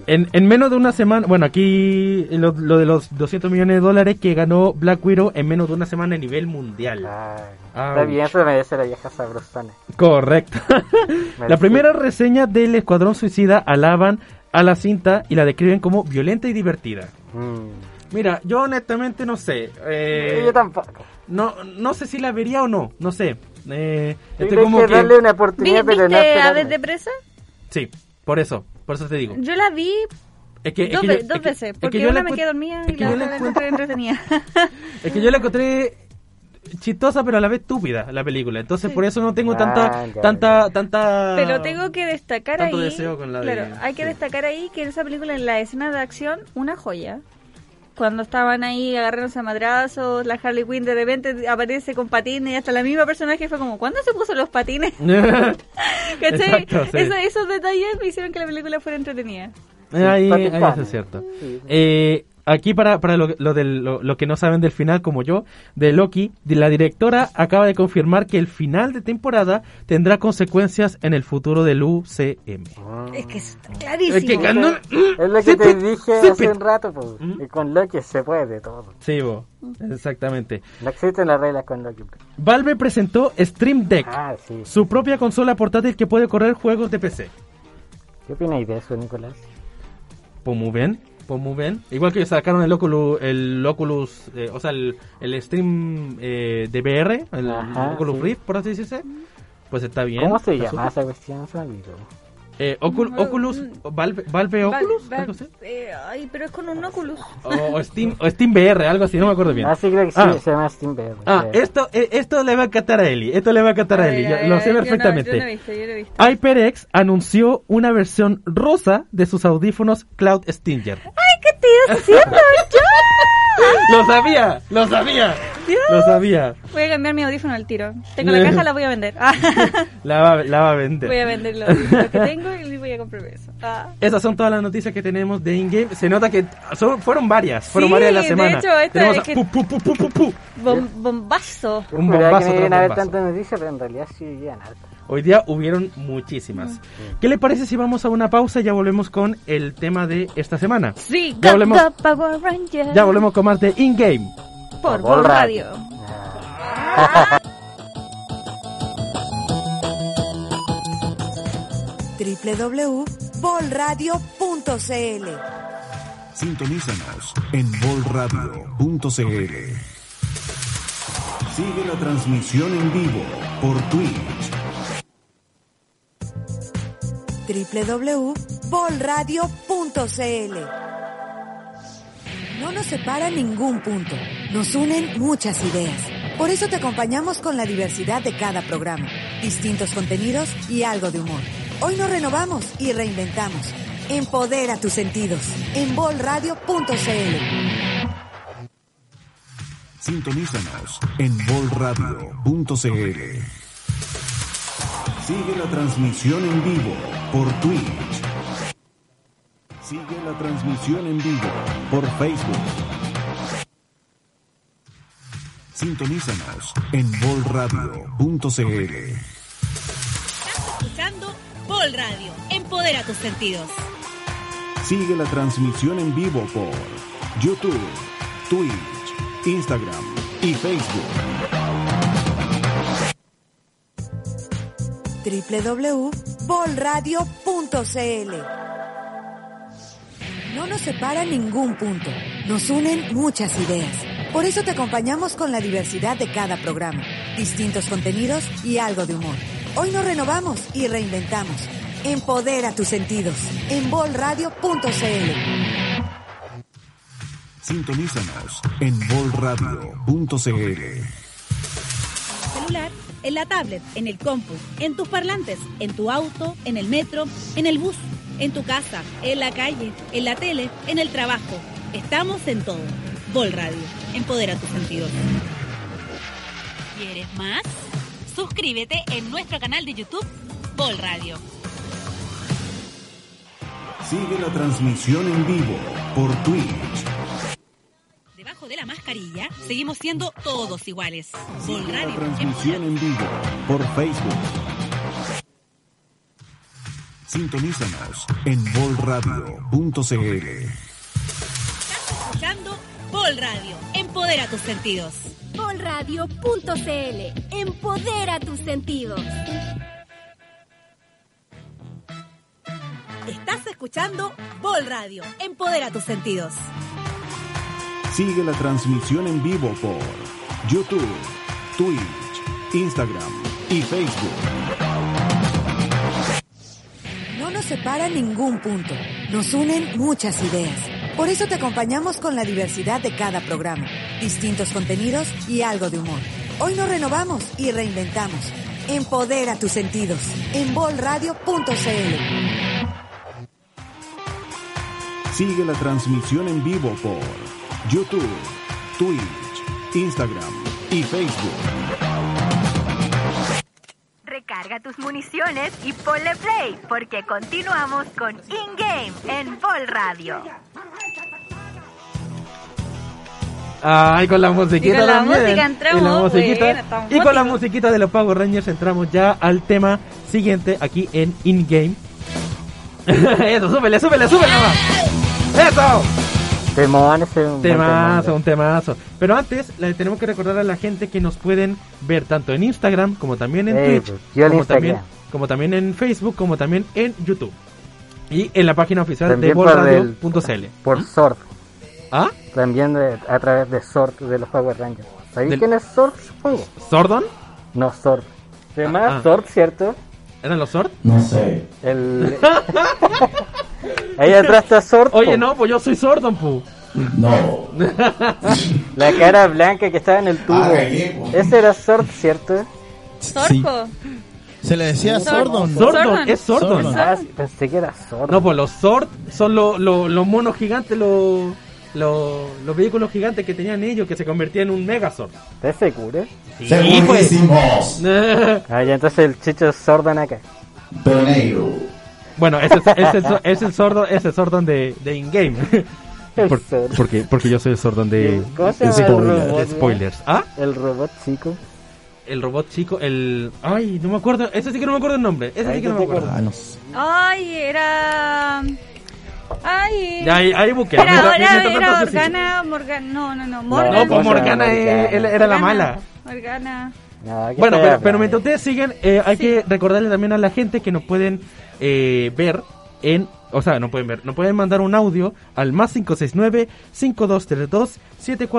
En, en menos de una semana, bueno, aquí lo, lo de los 200 millones de dólares que ganó Black Widow en menos de una semana a nivel mundial.
Ay,
Ouch.
Está bien, eso merece la vieja sabrosona.
Correcto. la
Merece-
primera reseña del Escuadrón Suicida alaban a la cinta y la describen como violenta y divertida.
Mm.
Mira, yo honestamente no sé. eh,
Yo tampoco.
no, no sé si la vería o no, no sé. Eh,
Yo
estoy
creo
como
que
que-
darle una
Vi-
oportunidad, pero no
¿Viste
esperarme.
Aves de Presa?
Sí, por eso, por eso te digo.
Yo la vi
Es que, es
dos,
que
ve-
yo- es
dos
que-
veces,
es que
porque
yo la
una me
encuent-
quedé dormida
es
y
que
la
yo la
otra la encontré entretenida.
Es que yo la encontré chistosa pero a la vez estúpida la película. Entonces por eso no tengo
Ah,
tanta
ya,
tanta tanta
Pero tengo que destacar
Tanto
ahí.
deseo con la de-
claro, hay que
sí.
destacar ahí que en esa película, en la escena de acción, una joya. Cuando estaban ahí agarrándose a madrazos, la Harley Quinn de repente aparece con patines y hasta la misma personaje fue como, ¿cuándo se puso los patines? ¿Cachai?
Exacto, sí.
Eso- esos detalles me hicieron que la película fuera entretenida.
ahí, ahí
Simpática.
eso es cierto.
Sí.
Eh, aquí para, para lo, lo del- lo- lo que no saben del final como yo, de Loki, de la directora acaba de confirmar que el final de temporada tendrá consecuencias en el futuro del UCM.
Es que es
Es que
clarísimo.
ganó-
Es lo que
Zip
te
it,
dije
zip
hace
it.
un rato, pues.
Mm.
Y con Loki se puede todo.
Sí, bo, exactamente.
No existen las reglas con Loki.
Valve presentó Stream Deck,
Ah, sí.
su propia consola portátil que puede correr juegos de PC.
¿Qué opináis de eso, Nicolás?
Pues muy bien, pues muy bien. Igual que ellos sacaron el Oculus, el Oculus, eh, o sea, el, el stream eh, de VR, el
Ajá,
Oculus
sí.
Rift, por así decirse. Pues está bien.
¿Cómo se
está
llama
súper.
esa cuestión? Se me olvidó.
Eh, Ocul-
No,
Oculus, Valve, Valve
Va-
Oculus,
va-
algo así.
eh, ay, pero es con un Oculus.
O, o Steam, o Steam VR, algo así, no me acuerdo bien.
Ah, sí, creo que sí,
Ah.
se llama Steam Bear,
Ah,
sí.
esto, eh, esto le va a encantar a Eli, esto le va a encantar a
A ver,
Eli,
a
ya
ver,
lo
a
sé
ver, yo no-
perfectamente.
Yo no he visto, yo no he visto.
HyperX anunció una versión rosa de sus audífonos Cloud Stinger.
¡Ay, qué te estás haciendo, yo!
¡Lo sabía! ¡Lo sabía! ¡Lo sabía!
Voy a cambiar mi audífono al tiro. Tengo la caja, la voy a vender. Ah,
La va, la va a vender.
voy a vender lo, lo que tengo y voy a comprar eso. Ah.
Esas son todas las noticias que tenemos de InGame. Se nota que son- fueron varias, fueron varias de la
de
semana.
hecho, esta
tenemos
es
a-
que-
pu, pu, pu, pu, pu, pu.
Bom- bombazo.
Yo
un
juraba
bombazo
que no
tras
iban a haber
bombazo.
tantas noticias, pero en realidad sí iban hartas.
Hoy día hubieron muchísimas.
Mm.
¿Qué le parece si vamos a una pausa y ya volvemos con el tema de esta semana?
Sí,
Ya volvemos.
Gap Gap Power Rangers.
Ya volvemos con más de InGame.
Por
Por
Bol
radio.
Radio.
www.bolradio.cl
Sintonízanos en bolradio.cl. Sigue la transmisión en vivo por Twitch.
www.bolradio.cl No nos separa ningún punto, nos unen muchas ideas. Por eso te acompañamos con la diversidad de cada programa, distintos contenidos y algo de humor. Hoy nos renovamos y reinventamos. Empodera tus sentidos en bolradio.cl.
Sintonízanos en bolradio.cl. Sigue la transmisión en vivo por Twitch. Sigue la transmisión en vivo por Facebook. Sintonízanos en bolradio.cl.
Escuchando Bol Radio. Empodera tus sentidos.
Sigue la transmisión en vivo por YouTube, Twitch, Instagram y Facebook.
www.bolradio.cl No nos separa ningún punto, nos unen muchas ideas. Por eso te acompañamos con la diversidad de cada programa, distintos contenidos y algo de humor. Hoy nos renovamos y reinventamos. Empodera tus sentidos en bolradio.cl.
Sintonízanos en bolradio.cl.
Celular, en la tablet, en el compu, en tus parlantes, en tu auto, en el metro, en el bus, en tu casa, en la calle, en la tele, en el trabajo. Estamos en todo. Bol Radio. Empodera tus sentidos. ¿Quieres más? Suscríbete en nuestro canal de YouTube, Bol Radio.
Sigue la transmisión en vivo por Twitch.
Debajo de la mascarilla, seguimos siendo todos iguales. Bol
Sigue la
Radio.
transmisión en vivo por Facebook. Sintonízanos en bolradio.cl.
Estás escuchando Bol Radio. Empodera tus sentidos.
Polradio.cl. Empodera tus sentidos.
Estás escuchando Bol Radio. Empodera tus sentidos.
Sigue la transmisión en vivo por YouTube, Twitch, Instagram y Facebook.
No nos separa ningún punto, nos unen muchas ideas. Por eso te acompañamos con la diversidad de cada programa, distintos contenidos y algo de humor. Hoy nos renovamos y reinventamos. Empodera tus sentidos en bolradio.cl.
Sigue la transmisión en vivo por YouTube, Twitch, Instagram y Facebook.
Recarga tus municiones y ponle play, porque continuamos con In Game en Bol Radio.
Ay, con la musiquita
Y con la
también.
música entramos,
Y, la musiquita.
bueno, estamos
y con la
góticos.
musiquita de los Power Rangers entramos ya al tema siguiente aquí en In Game. Eso, súbele, súbele, súbele nomás. Eso.
Temón, ese es un buen
Temazo,
temón.
un temazo. Pero antes le tenemos que recordar a la gente que nos pueden ver tanto en Instagram como también en
Facebook,
Twitch,
Eh, pues, yo en
como
Instagram.
también, como también en Facebook, como también en YouTube. Y en la página oficial de
También por el-
bolradio.cl.
Por Sort,
¿Ah?
también de- a través de Sort de los Power Rangers. ¿Sabéis
Del-
quién es Sort? Supongo.
¿Sordon?
No, Sort. Se
Ah,
llama
ah.
Sort, ¿cierto?
¿Eran los Sord?
No sé.
El... Ahí atrás está Sort.
Oye,
po.
no, pues yo soy Sordon, pu.
No.
La cara blanca que estaba en el tubo.
Ah, ahí, po.
Ese era Sort, ¿cierto?
Sí.
Sorco.
Se le decía Sordon.
Sor-
Sordon,
Sordon.
es Sordon.
Sordon.
Ah, pensé que era Sort.
No, pues los Zord son lo- lo- los monos gigantes, los, los, los vehículos gigantes que tenían ellos, que se convertían en un Megazord.
¿Estás seguro?
Sí, pues.
Segurísimos,
Ah, ya entonces el chicho es Sordon acá.
pero negro.
bueno, ese es, ese es, es el Sordon, es el Sordon de, de in-game.
El
Por-
Sordon.
porque, porque yo soy el Sordon de,
¿Cómo se
de
llama el
spoiler-
robot,
de
no?
spoilers. ¿Ah?
El robot chico.
El robot chico, el... Ay, no me acuerdo, ese sí que no me acuerdo el nombre. Ese sí
Ahí
que
no
no me
te
acuerdo.
Ah, no sé.
Ay, era. Ay.
Ya, ahí, ahí busqué.
Pero
Mientras-
ahora
mientras tanto,
era
tú sigue.
Morgana, Morgana, no, no, no,
Morgana.
No,
Morgana.
pues Morgana es- él era la mala.
Morgana.
No, ¿qué te
Bueno, pero,
hablas?
pero mientras ustedes siguen, eh, hay que recordarle también a la gente que nos pueden eh, ver en... O sea, no pueden ver, no pueden mandar un audio al más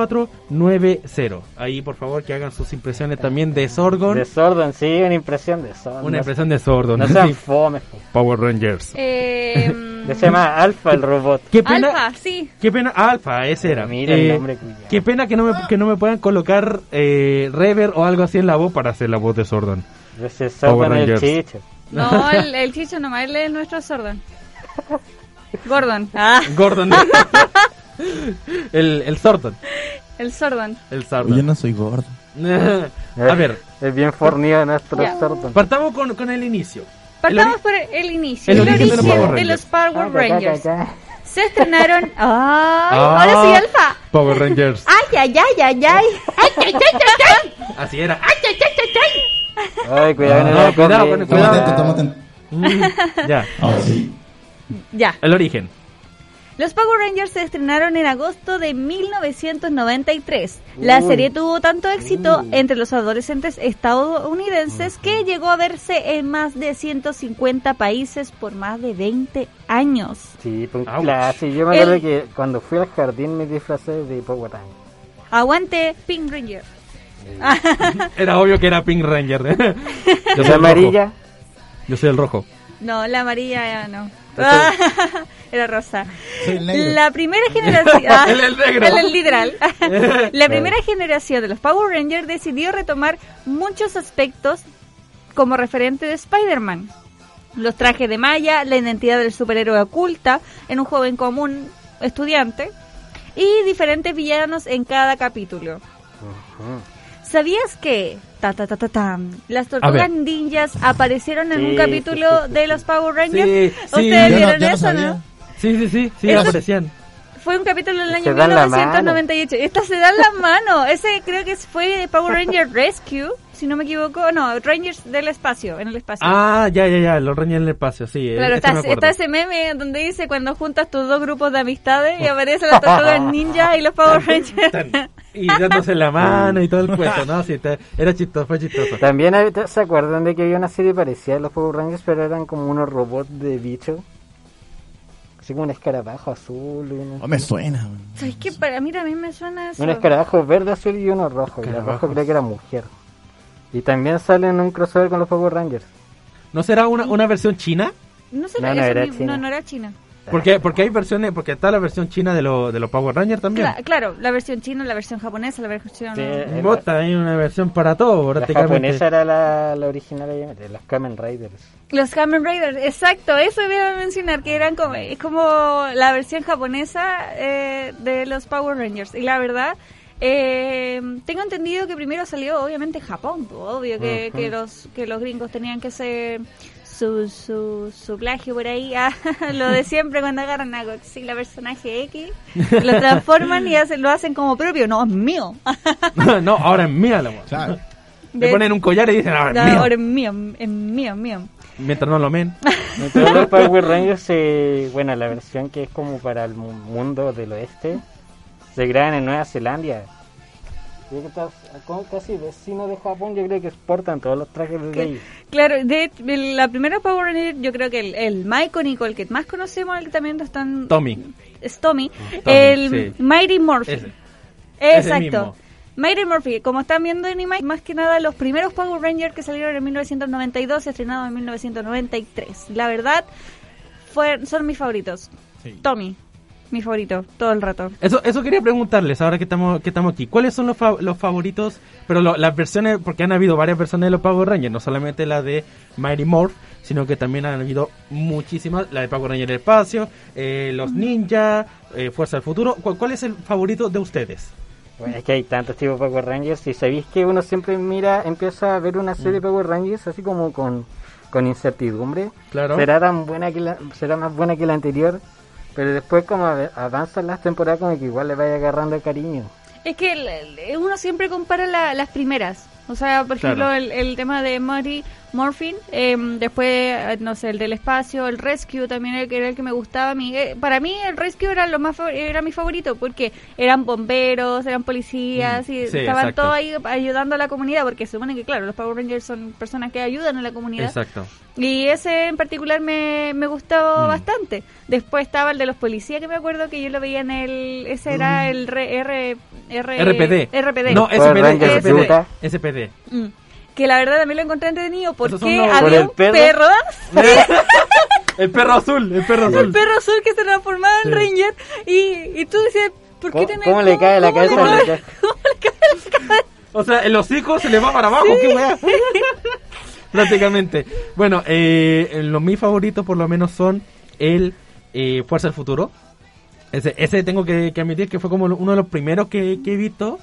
569-5232-7490. Ahí, por favor, que hagan sus impresiones también de Sorgon.
De Sordon, sí, una impresión de Sordon.
Una
No-
impresión de Sorgon.
No
sí.
sean fomes. po.
Power Rangers.
Eh,
Le se llama Alfa el robot.
Qué pena,
Alfa, sí.
qué pena, Alfa, ese era.
Mira el
Eh,
nombre culiao.
Qué pena que no me, que no me puedan colocar eh, rever o algo así en la voz para hacer la voz de Sorgon.
Ese es
Power
Sordon el
Rangers.
chicho.
No, el, el chicho nomás, él es nuestro Sordon. Gordon. Ah,
Gordon. el, el Sordon.
el Sordon.
El
Yo
Sordon.
no soy gordo.
Ah. A ver,
Es bien fornido nuestro
Ya.
Sordon.
partamos con, con el inicio.
Partamos por el inicio.
el
El,
origen
de los
origen
Power
de
Rangers.
los
Ah,
Power Rangers. Se estrenaron. ¡Ay!
Ah.
¡Ahora sí, Alfa!
Power Rangers.
¡Ay, ay, ay, ay, ay! ¡Ay, ay, ay, ay, ay!
Así era.
¡Ay, ay, ay, ay, ay!
Ay, cuidado,
Ah,
no,
no, cuidado, bueno,
Toma
Cuidado.
atento, toma atento.
Ya,
Ahora sí.
Ya.
el origen.
Los Power Rangers se estrenaron en agosto de 1993. La serie tuvo tanto éxito entre los adolescentes estadounidenses que llegó a verse en más de 150 países por más de 20 años.
Sí, fue un
Ouch.
clásico. Yo me acuerdo
El-
que cuando fui al jardín me disfracé de Power Ranger.
Aguante Pink Ranger.
Era obvio que era Pink Ranger. Yo
La
soy el rojo.
amarilla,
Yo soy el rojo.
No, la amarilla eh, no. Era rosa.
Soy el negro.
La primera generación. Ah,
Él es negro.
él es literal. La primera generación de los Power Rangers decidió retomar muchos aspectos como referente de Spider-Man. Los trajes de malla, la identidad del superhéroe oculta en un joven común estudiante y diferentes villanos en cada capítulo. ¿Sabías que ta, ta, ta, ta, tam, las tortugas
ver.
ninjas aparecieron en un
Sí,
capítulo
sí, sí, sí,
de los Power Rangers?
Sí, sí.
¿Ustedes
Yo no-
vieron
yo no
eso, no?
sabía.
Sí, sí, sí, sí,
Eso-
aparecían.
Fue un capítulo del año
Se dan la
1998. Estas se dan las manos. Ese creo que fue de Power Ranger Rescue, si no me equivoco. No, Rangers del espacio, en el espacio.
Ah, ya, ya, ya, los reñían en el espacio, sí. eh,
Claro,
ese
está,
me acuerdo.
está ese meme donde dice cuando juntas tus dos grupos de amistades y aparecen las tortugas ninja y los Power Rangers.
Tan- Y dándose la mano y todo el cuento, ¿no? Sí, está- era chistoso, fue chistoso.
También hay- se acuerdan de que había una serie parecida a los Power Rangers, pero eran como unos robots de bicho. Así como un escarabajo azul. y uno-
Oh, me suena. güey.
¿Sabes qué? Para mí también me suena eso.
Un escarabajo verde, azul y uno rojo. Y el rojo
Escarabajos.
creo que era mujer. Y también sale en un crossover con los Power Rangers.
¿No será una, una versión china?
No sé,
No,
eso
no, era
ni-
china.
no, no era china.
Porque, porque hay versiones, porque está la versión china de, lo, de los Power Rangers también.
Cla- claro, la versión china, la versión japonesa, la versión...
Sí. Eh,
Bota, hay una versión para todo,
La
prácticamente.
japonesa era la, la original, obviamente, los Kamen Riders.
Los Kamen Riders, exacto, eso iba a mencionar, que eran como, es como la versión japonesa eh, de los Power Rangers. Y la verdad, eh, tengo entendido que primero salió obviamente en Japón, po, obvio que, que los que los gringos tenían que hacer su, su, su plagio por ahí, ah, lo de siempre cuando agarran a Godzilla personaje X, lo transforman y hacen, lo hacen como propio, no, es mío.
no, ahora es mía la weá.
Claro.
Le
De-
ponen un collar y dicen, ahora es mía.
Ahora es mío, es mío, es mío.
Mientras no lo men.
Entonces los Power Rangers, eh, bueno, la versión que es como para el mu- mundo del oeste, se graban en Nueva Zelanda. Yo creo que estás- como casi vecino de Japón, yo creo que exportan todos los trajes de ahí.
Claro, de, de la primera Power Ranger, yo creo que el, el más icónico, el que más conocemos, el que también nos están...
Tommy. Ah,
Es Tommy.
Tommy,
el
sí.
Mighty Morphy.
Ese. Ese mismo.
Exacto. Mighty Morphy, como están viendo en Image, más que nada los primeros Power Rangers que salieron en 1992 y estrenados en 1993. La verdad, fue, son mis favoritos.
Sí.
Tommy, mi favorito, todo el rato.
Eso, eso quería preguntarles ahora que estamos, que estamos aquí. ¿Cuáles son los, fa- los favoritos? Pero lo- las versiones, porque han habido varias versiones de los Power Rangers, no solamente la de Mighty Morph, sino que también han habido muchísimas. La de Power Rangers del Espacio, eh, los Ninja, eh, Fuerza del Futuro. ¿Cuál, cuál es el favorito de ustedes?
Bueno, es que hay tantos tipos de Power Rangers y sabéis que uno siempre mira, empieza a ver una serie de
Mm.
Power Rangers así como con, con incertidumbre.
Claro.
Será tan buena que la- será más buena que la anterior, pero después como ave- avanzan las temporadas como que igual le vaya agarrando cariño.
Es que el- el- uno siempre compara la- las primeras. O sea, por
Claro.
ejemplo, el, el tema de Mori Morphin, eh, después, eh, no sé, el del espacio, el Rescue también el que era el que me gustaba a mí. Eh, para mí el Rescue era lo más favor- era mi favorito porque eran bomberos, eran policías y
Mm. sí,
estaban
exacto.
todos ahí ayudando a la comunidad porque se supone que, claro, los Power Rangers son personas que ayudan a la comunidad.
Exacto.
Y ese en particular me, me gustó
Mm.
bastante. Después estaba el de los policías, que me acuerdo que yo lo veía en el... Ese
Mm.
era el re- R, R-
RPD.
RPD.
No,
Power
SPD.
Rangers
SPD.
Utah.
SPD.
Mm. Que la verdad también lo encontré entretenido
Esos
porque
son los-
Por
había
el
un
perro.
perro, ¿ah?
El perro azul, el perro
un
azul.
perro azul que se transformaba en
Sí.
Ranger y, y tú decías, ¿por qué
¿Cómo,
tenés-
cómo le cae la
cómo le
cabeza? a
cae?
la ca-
O sea, el hocico se le va para abajo, qué weá. Prácticamente. Bueno, eh, los mis favoritos por lo menos son el eh, Fuerza del Futuro. Ese, ese tengo que, que admitir que fue como lo- uno de los primeros que, que he visto.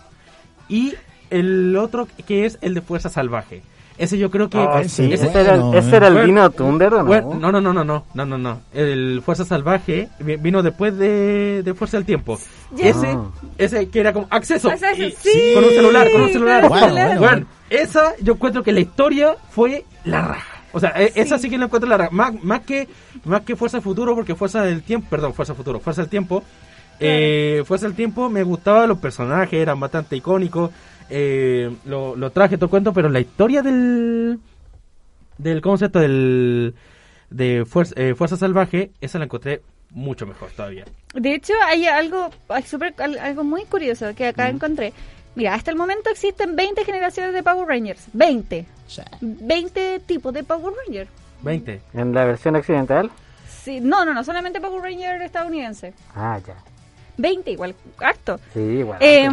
Y el otro que es el de Fuerza Salvaje. Ese yo creo que...
Ah, sí,
ese-
¿Ese, era, el-
bueno,
ese era el
bueno.
vino Thunder o no?
bueno, no, no, no, no, no, no, no, no. El Fuerza Salvaje vi- vino después de, de Fuerza del Tiempo.
Ya.
Ese,
Ah.
ese que era como acceso.
Acceso,
Y-
sí,
Con un celular, con un celular.
con un Bueno, celular. bueno.
Bueno, esa yo encuentro que la historia fue la raja. O sea, e- esa sí que la encuentro la raja. Más, más que, más que Fuerza del Futuro, porque Fuerza del Tiempo, perdón, Fuerza del Futuro, Fuerza del Tiempo. Eh, Fuerza del Tiempo me gustaban los personajes, eran bastante icónicos. Eh, lo, lo traje, todo el cuento, pero la historia del, del concepto del de fuerza, eh, fuerza salvaje, esa la encontré mucho mejor todavía.
De hecho, hay algo, hay súper- al- algo muy curioso que
Mm.
acá encontré. Mira, hasta el momento existen 20 generaciones de Power Rangers. 20. 20 tipos de Power Ranger.
20.
¿En la versión occidental?
Sí, no, no, no, solamente Power Ranger estadounidense.
Ah, ya.
20 igual, harto.
Sí,
Ah,
igual.
Eh,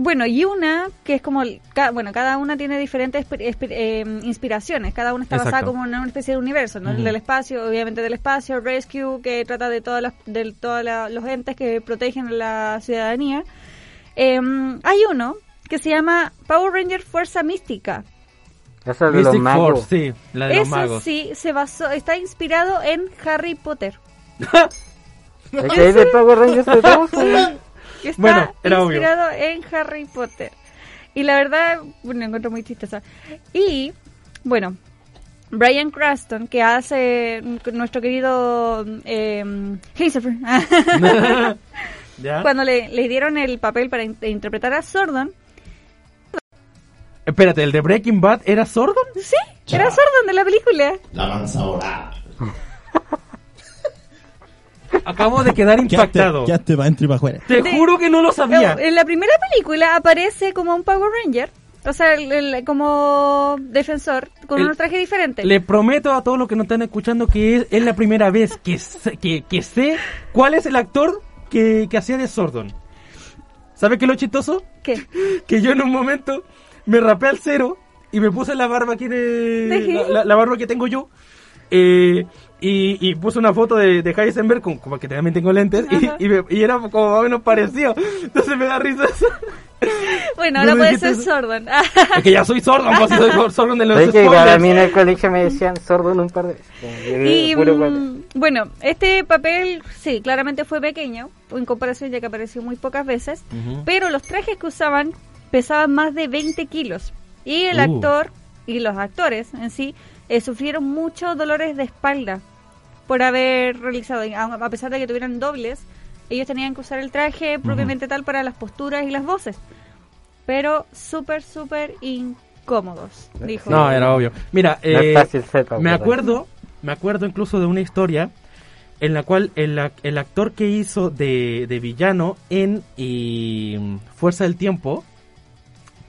bueno, y una que es como, el- ca- bueno, cada una tiene diferentes espi- espi- eh, inspiraciones, cada una está basada
Exacto.
como en una especie de universo, ¿no? El
Ujú.
del espacio, obviamente del espacio, Rescue, que trata de todos de todos los entes que protegen a la ciudadanía. Eh, hay uno que se llama Power Ranger Fuerza Mística.
Esa es de los
Mystic
magos.
Force, sí, la de los
Eso
magos.
sí se basó, está inspirado en Harry Potter.
Es que hay de Power Rangers de todos, güey.
que está
Bueno, era obvio.
inspirado en Harry Potter. Y la verdad, bueno, encuentro muy chistosa. Y, bueno, Brian Craston, que hace nuestro querido eh, Hazelford.
¿Ya?
cuando le, le dieron el papel para in- interpretar a Sordon,
Espérate, ¿el de Breaking Bad era sordo?
sí, era Sordon de la película.
La lanza dorada.
Acabo de quedar
Quedaste,
impactado.
quedaste para adentro y para afuera.
Te
De- Eh,
juro que no lo sabía.
En la primera película aparece como un Power Ranger, o sea, el- el- como defensor, con
El-
un traje diferente.
Le prometo a todos los que nos están escuchando que es, es la primera vez que, sé- que, que sé cuál es el actor que, que hacía de Sordon. ¿Sabes qué es lo chistoso?
¿Qué?
Que yo en un momento me rapé al cero y me puse la barba aquí de...
Dejé.
La, la- la barba que tengo yo. eh, y, y puse una foto de, de Heisenberg, con, como que también tengo lentes,
Ajá.
y, y me- y era como más o menos parecido. Entonces me da risa eso.
Bueno,
No
ahora
me
puede
dijiste
ser
eso.
Sordon.
Es que ya soy Sordon, pues soy Sor- Sordon de los
Oye, que igual a
spoilers.
mí en el colegio me decían sordo en un par de veces.
Y
Eh,
Yo, puro
mm,
cuate.
bueno, este papel sí, claramente fue pequeño en comparación ya que apareció muy pocas veces, pero los trajes que usaban pesaban más de 20 kilos y el
Uh.
actor y los actores en sí eh, sufrieron muchos dolores de espalda por haber realizado, y a a pesar de que tuvieran dobles, ellos tenían que usar el traje propiamente tal para las posturas y las voces, pero súper, súper incómodos, dijo.
No, era obvio. Mira,
No
eh,
es fácil ser Power
me
Ranger.
acuerdo, me acuerdo incluso de una historia en la cual el, ac- el actor que hizo de, de villano en y, Fuerza del Tiempo,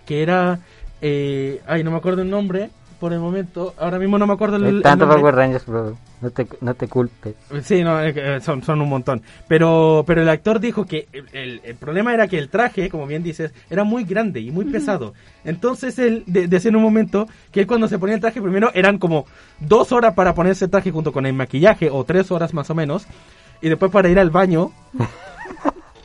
que era, eh, ay, no me acuerdo el nombre por el momento, ahora mismo no me acuerdo el,
Hay
el
tantos
nombre.
Power Rangers, bro. No te, no te culpes.
Sí, no, eh, eh, son, son un montón. Pero, pero el actor dijo que el, el- el problema era que el traje, como bien dices, era muy grande y muy pesado. Entonces él de- decía en un momento que él cuando se ponía el traje primero eran como dos horas para ponerse el traje junto con el maquillaje, o tres horas más o menos. Y después para ir al baño.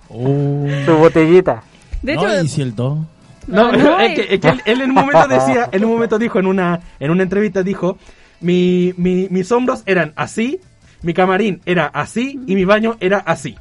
Oh.
Tu botellita.
De
No,
hecho,
y si el 2.
No,
Ah, no,
es que, es que él, él en un momento decía, en un momento dijo en una, en una entrevista, dijo, mi, mi- mis hombros eran así, mi camarín era así y mi baño era así.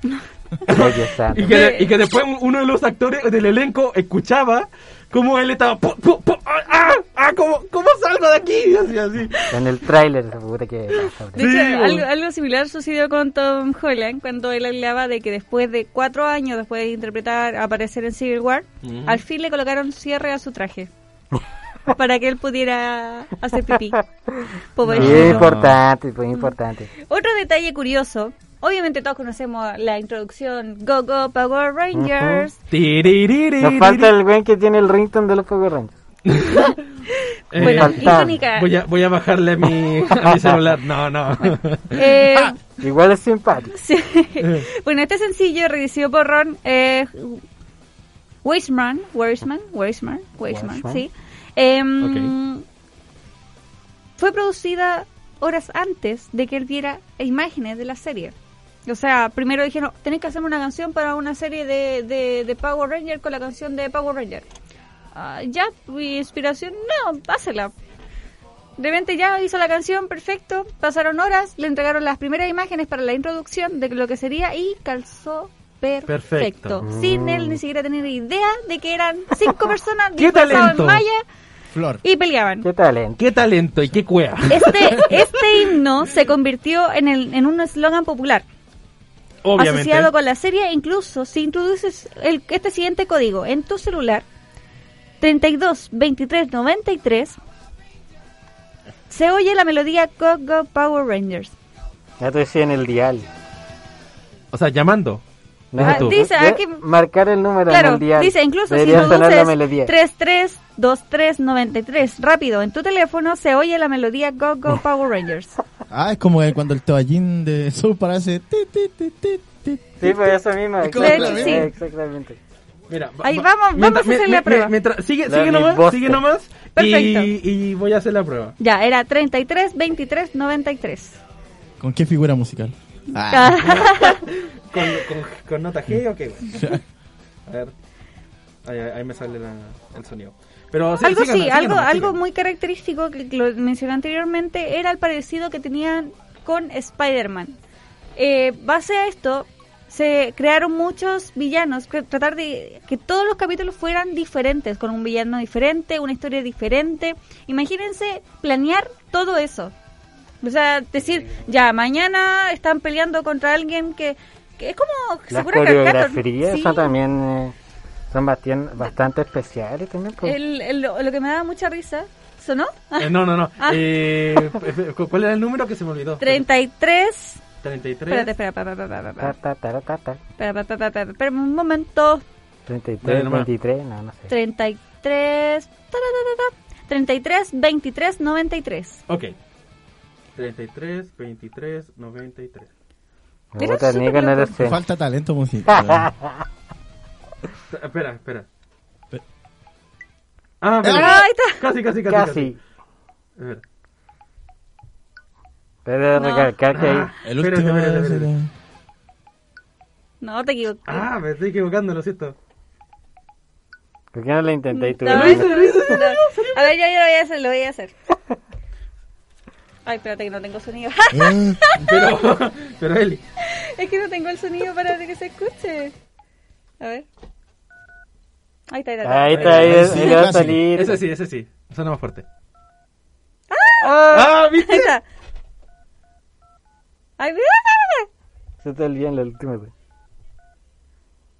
Oye, santo.
Y que, de- y que después un- uno de los actores del elenco escuchaba cómo él estaba. "Po, po, po, ah, ah, ah, ¿cómo, cómo salgo de aquí? Y así, así.
En el tráiler, puta que...
De
Sí,
hecho,
o-
algo, algo similar sucedió con Tom Holland cuando él hablaba de que después de cuatro años, después de interpretar, aparecer en Civil War, al fin le colocaron cierre a su traje para que él pudiera hacer pipí.
Sí,
Pobrecito.
es importante, muy importante.
Otro detalle curioso, obviamente todos conocemos la introducción Go Go Power Rangers,
Tiririri.
Nos falta el güey que tiene el ringtone de los Power Rangers.
Eh,
bueno,
faltaba.
icónica.
voy, a, voy a bajarle a mi, a mi celular. No, no.
Eh,
Ah.
Igual es simpático.
Sí. bueno, este sencillo realizado por Ron eh, Weisman, Weisman, Weisman, Weisman,
Weisman.
sí. Em, Fue producida horas antes de que él viera imágenes de la serie. O sea, primero dijeron, tenés que hacer una canción para una serie de, de, de Power Ranger con la canción de Power Ranger. Ah, ya, mi inspiración, no, pásela. De repente ya hizo la canción, perfecto. Pasaron horas, le entregaron las primeras imágenes para la introducción de lo que sería y calzó perfecto.
Perfecto.
Sin él ni siquiera tener idea de que eran cinco personas
¡Qué
disfrazadas
talento!
en malla
Flor.
y peleaban.
Qué talento.
Qué talento y qué cuea.
Este, este himno se convirtió en, el, en un eslogan popular
Obviamente.
asociado con la serie. Incluso si introduces el- este siguiente código en tu celular, 32 23 93, se oye la melodía Go Go Power Rangers.
Ya te decía en el dial.
O sea, llamando.
No,
Ah,
tú.
dice,
De-
aquí-
Marcar el número en
Claro,
el dial.
dice incluso si
Debería sonar la melodía.
introduces 33 23 93 rápido en tu teléfono, se oye la melodía Go Go Power Rangers.
Ah, es como el- cuando el toallín de South Park hace. ti, ti, ti, ti, ti,
Sí, pues eso mismo.
Es como
Exactamente.
clave.
exactamente.
Mira, va-
Ahí
va-
vamos, vamos
mientras-
a hacer
mi-
la
mi-
prueba.
mientras- sigue,
La
sigue nomás,
Mibosta.
sigue nomás.
Perfecto.
Y, y voy a hacer la prueba.
Ya, era 33 23 93.
¿Con qué figura musical?
¿Con, con, con nota G o qué? güey? A ver. Ahí, ahí me sale la- el sonido. Pero sí,
algo sí,
síganla,
algo,
síganla,
algo
síganla.
muy característico que lo mencioné anteriormente era el parecido que tenían con Spider-Man. Eh, base a esto, se crearon muchos villanos, que- tratar de que todos los capítulos fueran diferentes, con un villano diferente, una historia diferente. Imagínense planear todo eso. O sea, decir, ya, mañana están peleando contra alguien que, que es como
Las
Sakura Card Captor.
coreografías
Sí.
son también eh, son bastien- bastante especiales también. pues.
El- el- lo lo que me daba mucha risa, ¿sonó?
Eh, no, no, no.
Ah.
Eh, ¿cu- ¿Cuál era el número que se me olvidó?
33 Espérate,
33.
espera, pa, pa, pa, pa, pa,
Ta,
pa.
ta, ta, ta, ta.
Espera, pa, pa, pa, pa, pa, espera un momento.
33,
Dale nomás.
23, no, no sé.
33, ta, ta, ta, ta, ta. 33, 23, 93.
Ok. 33, 23, 93.
Me
Pero
gusta
eso
ni
es
que no
lo
lo
que-
sé.
Falta talento pues, musical.
Ta- Espera, espera.
Pe-
Ah, espera.
Ah, ahí está.
Casi, casi, casi.
Casi.
Espera.
Pero
No. Ah.
recalcar que hay-
El
Ah, Espérate,
último.
espérate, espérate.
será-
No, te equivoqué.
Ah, me estoy equivocando, lo siento.
¿Por qué no lo intentáis tú?
No,
No,
no, no. A ver, ya, ya lo voy a hacer, lo voy a hacer. Ay, espérate que no tengo sonido.
Eh,
Pero, pero Eli.
es que no tengo el sonido para que se escuche. A ver. Ahí está, ahí está.
Ahí está, ahí,
Sí,
ahí le va a
clásico.
salir.
Ese sí, ese sí. Suena más fuerte.
Ah,
¡Ah, viste!
ahí está. Ay, mira, mira, mira.
Se te olvidó en la última. vez.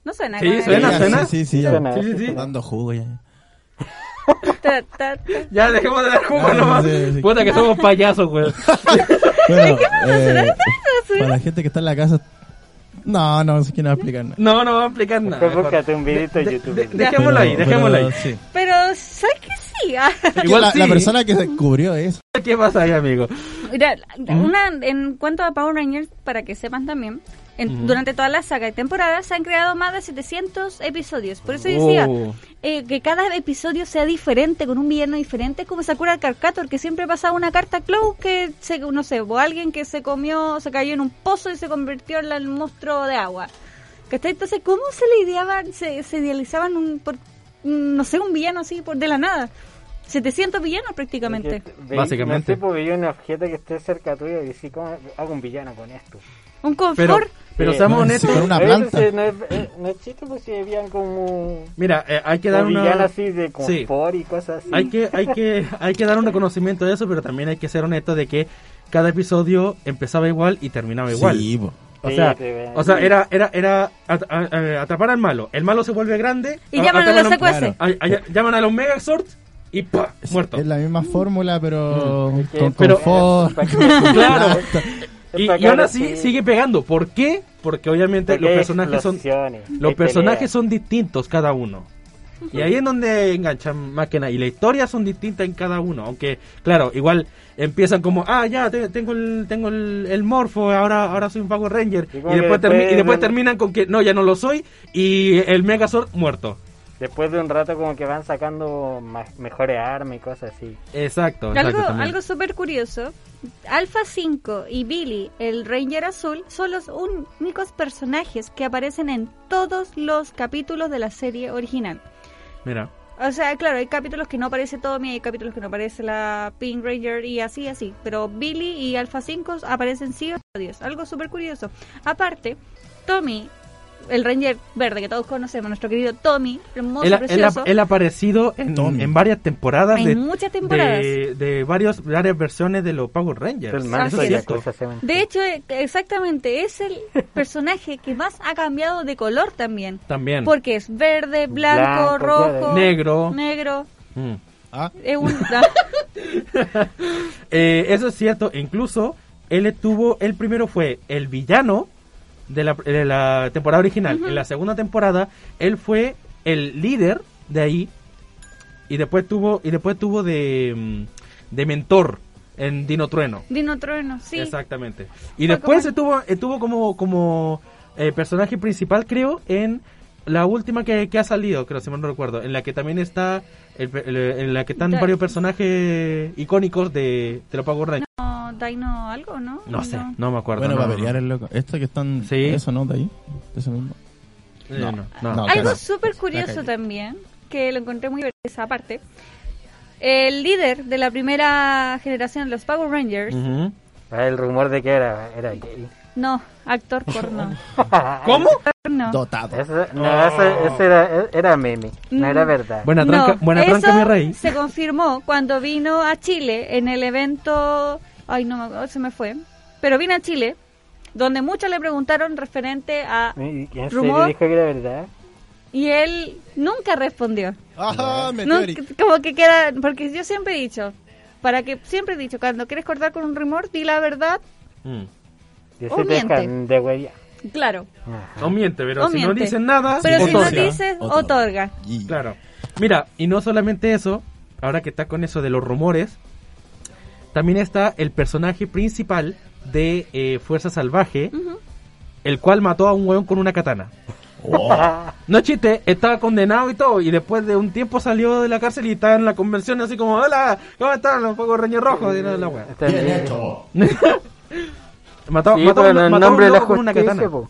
No suena.
Sí,
como-
suena.
ya,
cena?
Sí, sí, sí. ya.
Suena,
sí, sí, sí.
Dando jugo ya.
Ta, ta, ta.
Ya dejemos de dar jugo
Ah,
nomás.
sí, sí.
Puta que somos payasos, güey.
Bueno, eh, para la gente que está en la casa. No, no, sé quién va a explicar nada.
No, no va a explicar nada.
Pues
mejor.
búscate un videito en
De-
YouTube.
de- dejémoslo ahí,
Pero-
dejémoslo ahí.
pero sí.
Pero, ¿sabes qué sí? Ah,
Igual
la,
sí.
la persona que descubrió eso.
¿Qué pasa ahí, amigo?
Mira, una, en cuanto a Power Rangers, para que sepan también, en- durante toda la saga y temporada se han creado más de 700 episodios. Por eso decía
Oh.
eh, que cada episodio sea diferente, con un villano diferente, como Sakura Carcator, que siempre pasaba una carta a Cloud que, se, no sé, o alguien que se comió, se cayó en un pozo y se convirtió en el monstruo de agua. ¿Cachai? Entonces, ¿cómo se le ideaban, se, se idealizaban un, por- un- no sé, un villano así por de la nada? 700 villanos prácticamente.
Porque veí-
Básicamente.
No sé, pues, veí un objeto que esté cerca tuyo y decís, ¿cómo hago un villano con esto?
Un
Pero,
confort.
pero
Sí.
seamos
No, sí,
honestos.
pero Una
A veces
planta.
No es, eh, no es chiste, pues si habían como...
Mira, eh, hay que dar
Un villano
una...
así de
Sí.
confort y cosas así.
Hay que, hay que, hay que dar un reconocimiento de eso, pero también hay que ser honesto de que cada episodio empezaba igual y terminaba igual.
Sí, po.
O
Sí,
sea,
te veo.
o sea, era, era, era at- a- a- atrapar al malo. El malo se vuelve grande.
Y llaman a los secuaces.
a- a- llaman a los Mega Swords y ¡pa! Muerto.
Es la misma fórmula, pero con
Mm. Pero- eh,
confort.
Para que-
Claro. Y,
para
y aún
que-
así
sí.
sigue pegando. ¿Por qué? Porque obviamente
Porque
los
hay
personajes son
explosiones,
los
hay
personajes
peleas.
son distintos cada uno. Y ahí es donde enganchan más que nada. Y la historia son distintas en cada uno. Aunque, claro, igual empiezan como, ah, ya, te- tengo el, tengo el, el morfo, ahora, ahora soy un Power Ranger. Y,
Y como
después,
que
termi-
después-
y después terminan con que, no, ya no lo soy. Y el Megazord muerto.
Después de un rato como que van sacando más- mejores armas y cosas así.
Exacto.
Algo,
exacto también.
algo súper curioso, Alpha 5 y Billy, el Ranger Azul, son los únicos personajes que aparecen en todos los capítulos de la serie original.
Mira.
O sea, claro, hay capítulos que no aparece Tommy, hay capítulos que no aparece la Pink Ranger y así, así. Pero Billy y Alpha 5 aparecen sí o sí. Algo súper curioso. Aparte, Tommy, el Ranger verde que todos conocemos, nuestro querido Tommy, hermoso,
Él, él
precioso,
ha- él ha aparecido en,
Tommy.
en varias temporadas
en
de,
muchas temporadas.
de, de varios, varias versiones de los Power Rangers.
El manso
Eso es
y la
cierto.
cosa se ven.
De hecho, eh, exactamente, es el personaje que más ha cambiado de color también.
También.
Porque es verde, blanco,
Blanco,
rojo,
claro.
Negro.
negro.
Mm.
Ah,
Es un...
Eh, eso es cierto. Incluso él estuvo, el primero fue el villano de la, de la temporada original. En la segunda temporada, él fue el líder de ahí. Y después tuvo, y después tuvo de, mm, de mentor en Dino Trueno.
Dino Trueno, sí.
Exactamente. Y
Fue
después
como-
estuvo, estuvo como, como eh, personaje principal, creo, en la última que, que ha salido, creo, si mal no recuerdo, en la que también está, el pe- el- en la que están
Da-
varios personajes icónicos de, de los Power Rangers.
No, Dino algo, ¿no?
No, sé, no me acuerdo.
bueno,
no,
para
no,
pelear el loco. Esto que están.
Sí.
Eso, ¿no? De ahí. de Eso mismo.
No, no, no.
No,
Algo
claro.
súper curioso
cagué.
también, que lo encontré muy divertido esa parte. El líder de la primera generación de los Power Rangers,
Ujú.
Ah, El rumor de que era, era gay.
no, actor porno.
¿Cómo? Ah.
No.
Eh.
Dotado.
Eso- no, eso, eso era, era meme, no era verdad.
Buena
No,
tranca, buena tranca
eso
mi rey.
Se confirmó cuando vino a Chile en el evento. Ay, no, me acuerdo, se me fue. Pero vino a Chile, donde muchos le preguntaron referente a.
¿Y- y ¿En serio
Rumor.
dijo que era verdad?
Y él nunca respondió.
Ajá,
No,
Meteoric.
c- como que queda. Porque yo siempre he dicho. Para que siempre he dicho, cuando quieres cortar con un rumor, di la verdad.
Mm.
Yo
O
se
miente.
dejan de huella.
Claro.
Ah,
No miente, pero
O
si no
miente.
dicen nada,
Pero si no
Ah, otorga.
dices,
Otorga.
otorga.
Y-
Claro. Mira, y no solamente eso, ahora que está con eso de los rumores, también está el personaje principal de eh, Fuerza Salvaje, el cual mató a un hueón con una katana.
Oh.
No es chiste, estaba condenado y todo, y después de un tiempo salió de la cárcel y estaba en la convención así como, hola, ¿cómo están los fuegos reños rojos? Y no, la wea.
Está bien.
hecho.
Mató,
Sí,
mató a
pero
un-
en
mató a un
nombre de la
lobo con una
justicia,
katana.
po.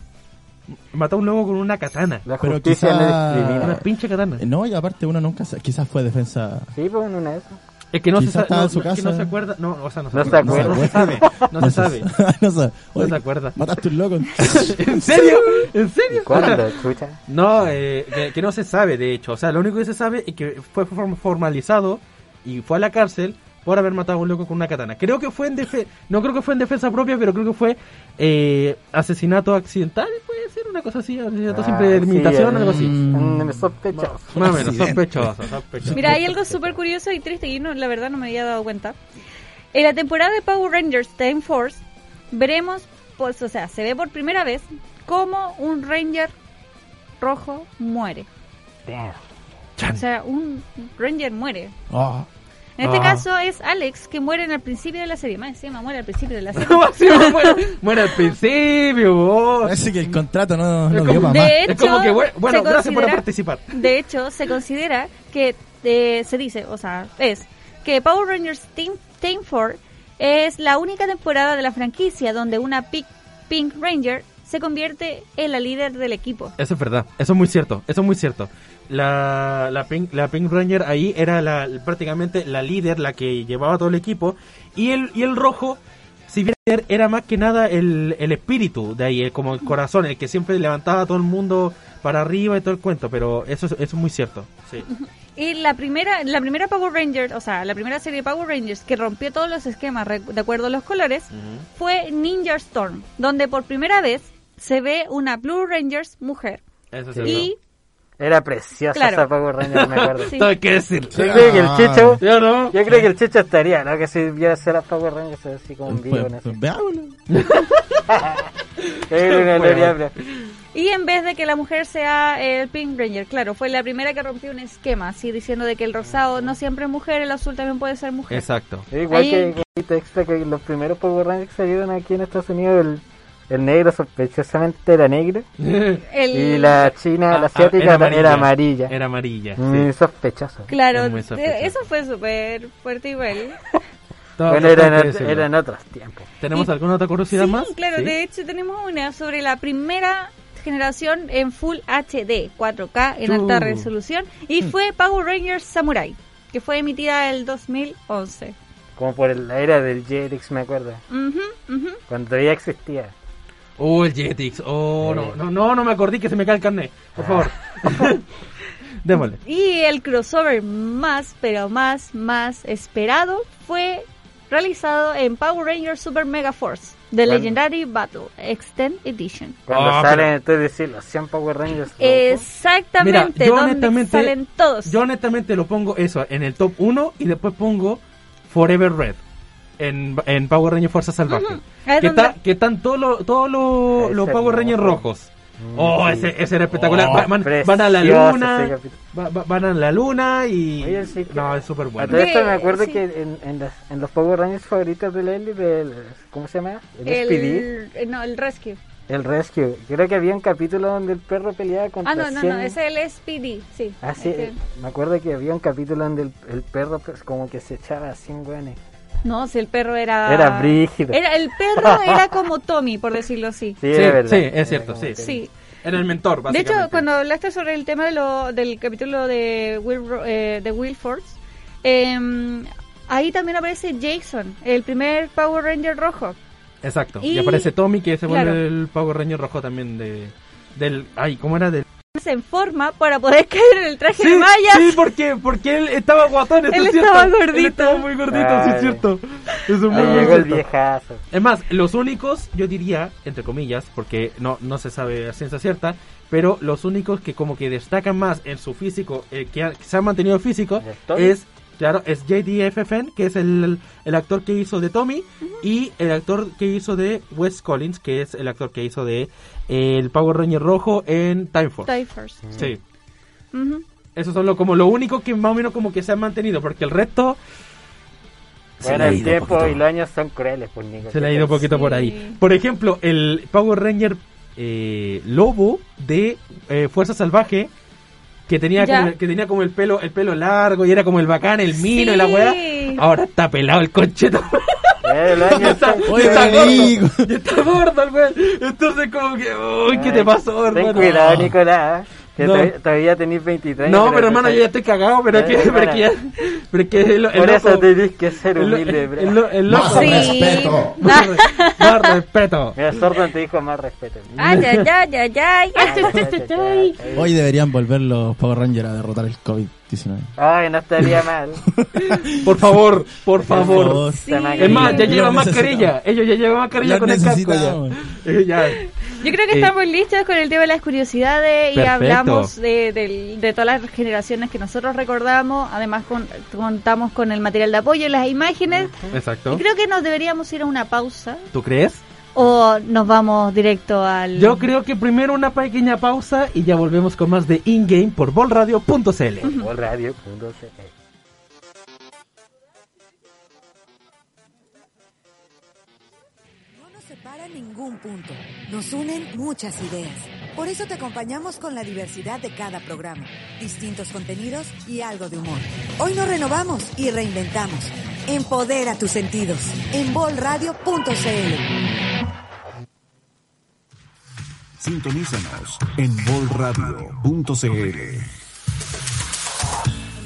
Mató a un lobo con una katana.
La
Pero
justicia
quizá-
no discrimina.
Una pinche katana.
No, y aparte uno nunca sa- quizás fue defensa.
Sí, pues en una de esas.
Es que no se
Quizás
sabe.
estaba
No,
en su
no, es que
casa.
no se acuerda. No, o sea, no se,
No se
acuerda,
acuerda.
no se sabe. No se sabe.
no sabe.
No
Oye,
se acuerda.
Mataste un loco.
¿En serio? ¿En serio?
¿Cuándo, chucha? Ah,
No, eh, que, que no se sabe, de hecho. O sea, lo único que se sabe es que fue form- formalizado y fue a la cárcel por haber matado a un loco con una katana. Creo que fue en defensa. No creo que fue en defensa propia, pero creo que fue eh, asesinato accidental, puede ser una cosa así. Asesinato
Ah,
simple de
sí,
limitación,
eh.
algo así.
Mm, sospechoso.
Más o menos,
accidente.
sospechoso, sospechoso.
Mira, hay algo súper curioso y triste y no, la verdad no me había dado cuenta. En la temporada de Power Rangers Time Force veremos, pues, o sea, se ve por primera vez cómo un Ranger rojo muere.
Damn.
O sea, un Ranger muere.
Ah,
En este
Ah.
caso es Alex que muere en el principio de la serie. Más encima muere al principio de la serie.
Sí, muere, muere al principio, oh, vos.
parece que el contrato no, no
Es
dio
como-
para más.
De
Es como
hecho,
que, bueno,
se
bueno, gracias por
considera-
participar.
De hecho, se considera que eh, se dice, o sea, es que Power Rangers Team, Team 4 es la única temporada de la franquicia donde una Pink, Pink Ranger se convierte en la líder del equipo.
Eso es verdad, eso es muy cierto, eso es muy cierto. La, la, Pink, la Pink Ranger ahí era la, prácticamente la líder, la que llevaba todo el equipo. Y el, y el rojo, si bien era más que nada el, el espíritu de ahí, el- como el corazón, el que siempre levantaba a todo el mundo para arriba y todo el cuento. Pero eso, es- eso es muy cierto. Sí.
Y la primera, la primera Power Rangers, o sea, la primera serie de Power Rangers que rompió todos los esquemas re- de acuerdo a los colores fue Ninja Storm, donde por primera vez se ve una Blue Rangers mujer.
Eso es
Y
Era preciosa
Claro.
esa Power Ranger, me acuerdo.
Sí.
Todo hay que decir.
Yo creo que el
Ah.
Chicho...
¿Sí o no?
Yo creo que el Chicho estaría, ¿no? Que si viera hacer a Power Rangers así como un vivo,
Pues,
no sé.
pues, veámoslo.
Era una
Bueno.
gloria,
Y en vez de que la mujer sea eh, el Pink Ranger, claro, fue la primera que rompió un esquema, así diciendo de que el rosado no siempre es mujer, el azul también puede ser mujer.
Exacto.
pero- Igual
Ahí-
que, que el extra que los primeros Power Rangers que salieron aquí en Estados Unidos, el, el negro sospechosamente era negro
El-
y la china, la
Ah, ah,
asiática, era amarilla.
Era amarilla. sí.
Mm, sospechoso.
Claro,
Es muy sospechoso.
de- eso fue súper fuerte igual.
Todo
bueno,
hay que
eran,
decirlo.
eran otros tiempos.
¿Tenemos alguna otra curiosidad
Sí,
más?
claro,
Sí.
de hecho tenemos una sobre la primera generación en Full HD, 4K en
Chu.
alta resolución, y fue Power Rangers Samurai, que fue emitida el 2011.
Como por el- la era del Jetix, me acuerdo.
Ujú, ujú.
Cuando ya existía.
Oh, el Jetix. Oh, no, no, no, no me acordé que se me cae el carnet. Por favor. Démosle.
Y el crossover más, pero más, más esperado fue realizado en Power Rangers Super Mega Force, The
¿Cuál?
Legendary Battle Extend Edition.
Cuando
Ah,
salen, entonces decir los 100 Power Rangers. loco.
Exactamente,
Mira, yo
donde
honestamente-
salen todos.
Yo honestamente lo pongo eso en el top 1 y después pongo Forever Red en, en Power Rangers Fuerza Salvaje.
Ahí
Que,
Ah, donde-
está- que están todos los todos los-
Ese
los Power Rangers
hermoso.
rojos. Oh,
Mm. sí.
ese, ese era espectacular. Va- van,
precioso
van a la
ese
luna.
capítulo.
va- va- van a la luna y.
Oye, sí que-
No, es súper
A
bueno.
todo esto
Sí,
me acuerdo
sí.
que en, en, las- en los Power Rangers favoritos de Lely, del, ¿cómo se llama? El, SPD,
el, eh, no, el Rescue.
el Rescue. Creo que había un capítulo donde el perro peleaba contra
Ah, no, no,
100.
no, es el SPD, sí.
Ah, sí,
Ese-
me acuerdo que había un capítulo donde el, el perro pues, como que se echaba a 100 güenes.
No, si el perro era...
Era brígido.
Era, el perro era como Tommy, por decirlo así.
Sí,
Sí,
era verdad.
sí, es Eh,
Era
cierto,
como
sí.
que-
Sí.
En el mentor,
De
básicamente.
hecho, cuando hablaste sobre el tema de lo- del capítulo de Will, Ro- eh, de Will Force, em, ahí también aparece Jason, el primer Power Ranger rojo.
Exacto. Y...
Y-
aparece Tommy, que se vuelve
Claro.
el Power Ranger rojo también de... Del, ay, ¿cómo era? Del...
Se enforma para poder caer en el traje de Maya.
sí, porque, porque él estaba guatón, eso
Él
es cierto.
estaba gordito.
Él estaba muy gordito, sí, es
Ay.
cierto. Eso es muy,
Ahí
muy
llegó el
cierto.
viejazo.
Es más, los únicos, yo diría, entre comillas, porque no, no se sabe a ciencia cierta, pero los únicos que como que destacan más en su físico, eh, que, ha- que se han mantenido físico,
¿De Tommy?
es, claro, es JDFFN, que es el, el actor que hizo de Tommy, y el actor que hizo de Wes Collins, que es el actor que hizo de eh, el Power Ranger rojo en Time Force.
Die first.
Sí.
Ujú.
Eso son lo, como lo único que más o menos como que se han mantenido, porque el resto se
Bueno,
le ha
el
ido un
tiempo
poquito.
y los años son crueles, pues, Nico.
Se le ha ido un poquito por ahí.
Sí.
Por ejemplo, el Power Ranger eh, lobo de eh, Fuerza Salvaje que tenía
Ya.
como, el- que tenía como el pelo el pelo largo y era como el bacán, el mino y la
Sí.
weá. Ahora está pelado el concheto.
Eh, los años
está,
son-
Oye,
está
me
gordo.
digo.
Y está gordo el weón. Entonces como que, uy, ¿qué te
Ay,
pasó,
Ten
hermano?
cuidado, Nicolás. Que
No.
todavía- todavía tenéis 23 años.
No, pero hermano, yo ya estoy cagado, pero es que,
Eh,
pero es que ya, pero es que el, el
Por eso
loco-
tenéis que ser
el lo-
humilde, bro.
el lo- el loco-
Más
Sí.
respeto.
Más re- más respeto.
Mira, Sordo te dijo más respeto.
Ay, ay, ay, ay, ay.
Hoy deberían volver los Power Rangers a derrotar el COVID-19.
Ay, no estaría mal.
Por favor, por favor. Es más, ya
Lo
lleva
necesitamos.
mascarilla. Ellos ya llevan mascarilla
Lo
con el casco.
necesitamos.
Ya. Eh, ya.
Yo creo que
Eh.
estamos listos con el tema de las curiosidades y
Perfecto.
hablamos de, del- de todas las generaciones que nosotros recordamos. Además, con- contamos con el material de apoyo y las imágenes.
Exacto.
Y creo que nos deberíamos ir a una pausa
¿Tú crees?
o nos vamos directo al.
Yo creo que primero una pequeña pausa y ya volvemos con más de InGame por bolradio.cl.
Por radio, punto E. CL.
No nos separa ningún punto, nos unen muchas ideas. Por eso te acompañamos con la diversidad de cada programa, distintos contenidos y algo de humor. Hoy nos renovamos y reinventamos. Empodera tus sentidos en bolradio.cl.
Sintonízanos en bolradio.cl.
En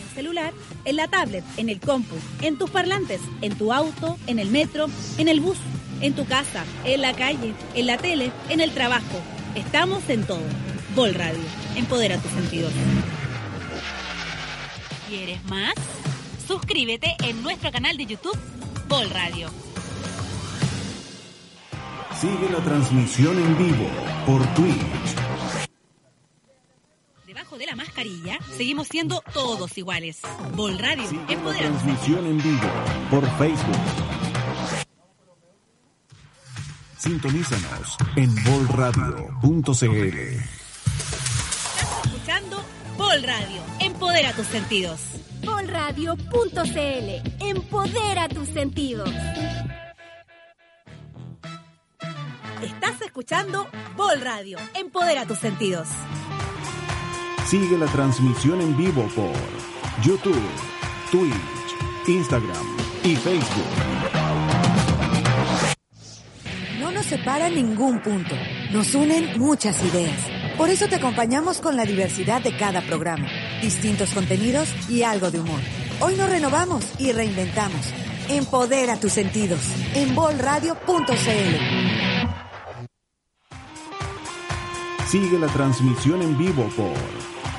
el celular, en la tablet, en el compu, en tus parlantes, en tu auto, en el metro, en el bus, en tu casa, en la calle, en la tele, en el trabajo. Estamos en todo. Vol Radio. Empodera tus sentidos. ¿Quieres más? Suscríbete en nuestro canal de YouTube Vol Radio.
Sigue la transmisión en vivo por Twitch.
Debajo de la mascarilla seguimos siendo todos iguales. Vol Radio.
Sigue la
Empodera tus
transmisión en vivo por Facebook. Sintonízanos en bolradio.cl.
Estás escuchando Vol Radio. Empodera tus sentidos.
Polradio.cl Empodera tus sentidos.
Estás escuchando Vol Radio. Empodera tus sentidos.
Sigue la transmisión en vivo por YouTube, Twitch, Instagram y Facebook.
No nos separa ningún punto, nos unen muchas ideas. Por eso te acompañamos con la diversidad de cada programa, distintos contenidos y algo de humor. Hoy nos renovamos y reinventamos. Empodera tus sentidos en bolradio.cl.
Sigue la transmisión en vivo por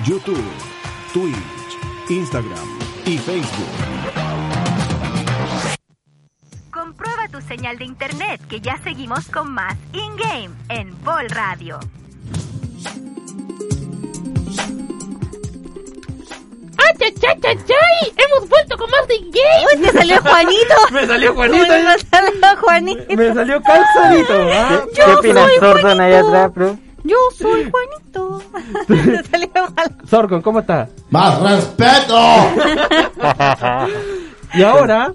YouTube, Twitch, Instagram y Facebook.
Comprueba tu señal de internet que ya seguimos con más in-game en Vol Radio.
¡Ay, ay, ay, ay, ay! ¡Hemos vuelto con más de Game!
¡Uy, te salió Juanito!
Me salió
¡Me
Juanito. ya.
salió Juanito!
Me salió calzadito. ¿ah?
¿Qué opinas, Sordo, ahí atrás, bro?
Yo soy Juanito. Te salió mal.
Sorgon, ¿cómo está?
¡Más respeto!
Y ahora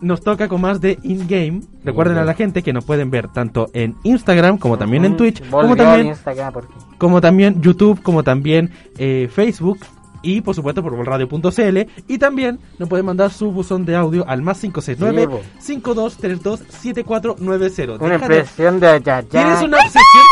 nos toca con más de in-game. Recuerden a la gente que nos pueden ver tanto en Instagram como también en Twitch,
Mm, Volvió
como también
Instagram, por fin.
como también YouTube, como también eh, Facebook y por supuesto por bolradio.cl y también nos pueden mandar su buzón de audio al más 569 5232 7490.
Una impresión de allá.
Tienes una obsesión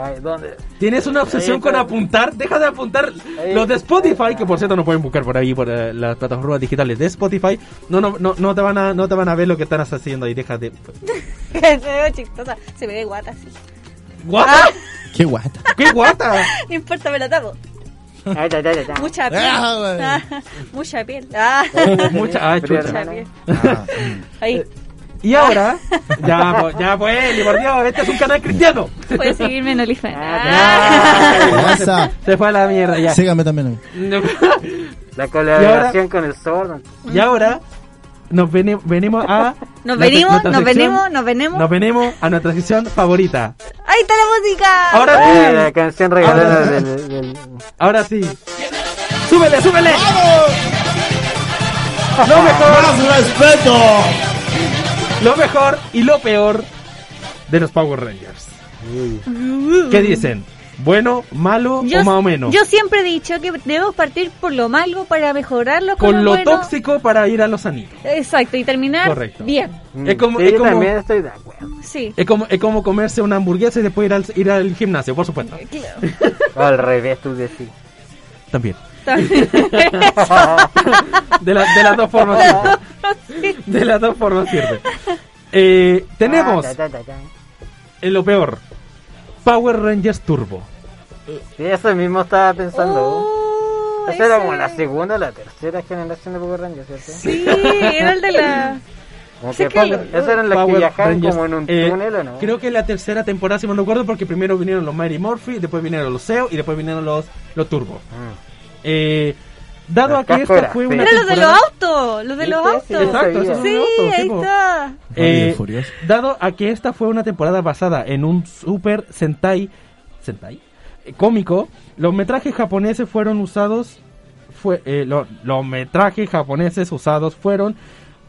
Ay, ¿dónde?
Tienes una obsesión
Ahí
con
está.
apuntar. Deja de apuntar.
Ahí.
Los de Spotify, que por cierto no pueden buscar por ahí por eh, las plataformas digitales de Spotify, no, no, no, no te van a, no te van a ver lo que están haciendo ahí. Deja de.
Ah.
Se ve chistosa, se ve guata así.
¿Guata?
¡Qué guata!
¡Qué guata!
No importa, me la tapo.
Ay, ay, ay, ay.
Mucha piel.
Ah,
Ah, mucha piel. Ah.
Mucha- ay, chucha.
Mucha piel.
Ah,
mm.
Ahí.
Y ahora, ya, pues, ya, pues, Eli, por Dios, este es un canal cristiano.
Puedes seguirme en OnlyFans.
Ah,
Ah,
Ah, se-
Esa.
se fue a la mierda ya.
Sígame también a mí.
La colaboración con el sordo.
Y ahora nos vene- venimos a.
Nos
la-
venimos,
nuestra
nos
sección-
venimos, nos venimos.
Nos venimos a nuestra sección favorita.
Ahí está la música.
Ahora
Ah, la
sí,
canción regalada del, del-
ahora sí. ¡Súbele, súbele! Lo mejor,
respeto!
lo mejor y lo peor de los Power Rangers. ¿Qué dicen? ¿Bueno, malo o más o menos?
yo siempre he dicho que debemos partir por lo malo para mejorarlo con,
Con lo
bueno.
tóxico para ir a los anillos.
Exacto, y terminar
Correcto.
bien.
Es como-
Sí,
es
yo
como-
también estoy de acuerdo.
Sí.
Es como, es como comerse una hamburguesa y después ir al, ir al gimnasio, por supuesto.
O al revés, tú decís.
También.
También.
De, la- de las dos formas sirve. De las dos formas sirve. Eh, tenemos
Ah, ta, ta, ta, ta.
en lo peor. Power Rangers Turbo.
Sí, eso mismo estaba pensando.
Oh,
Esa era
ese-
como la segunda o la tercera generación de Power Rangers, ¿cierto?
Sí, era el de la.
Como
Sí,
que
que-
Power- esas eran las que
Power
viajaban
Rangers,
como en un
Ah, eh,
túnel, ¿o no?
Creo que la tercera temporada, si me recuerdo, porque primero vinieron los Mighty Morphy, después vinieron los SEO y después vinieron los, los Turbo.
Mm.
Eh, dado
Las
a que esta
cáscaras,
fue
sí.
una
Era los de los
temporada-
autos, los de los
Sí, sí,
autos.
Exacto, esos
sí,
son
Sí,
los autos, sí,
ahí
po.
está.
Eh,
Rápido y furioso.
dado a que esta fue una temporada basada en un Super Sentai, Sentai Eh, cómico, los metrajes japoneses fueron usados, fue, eh, lo- los metrajes japoneses usados fueron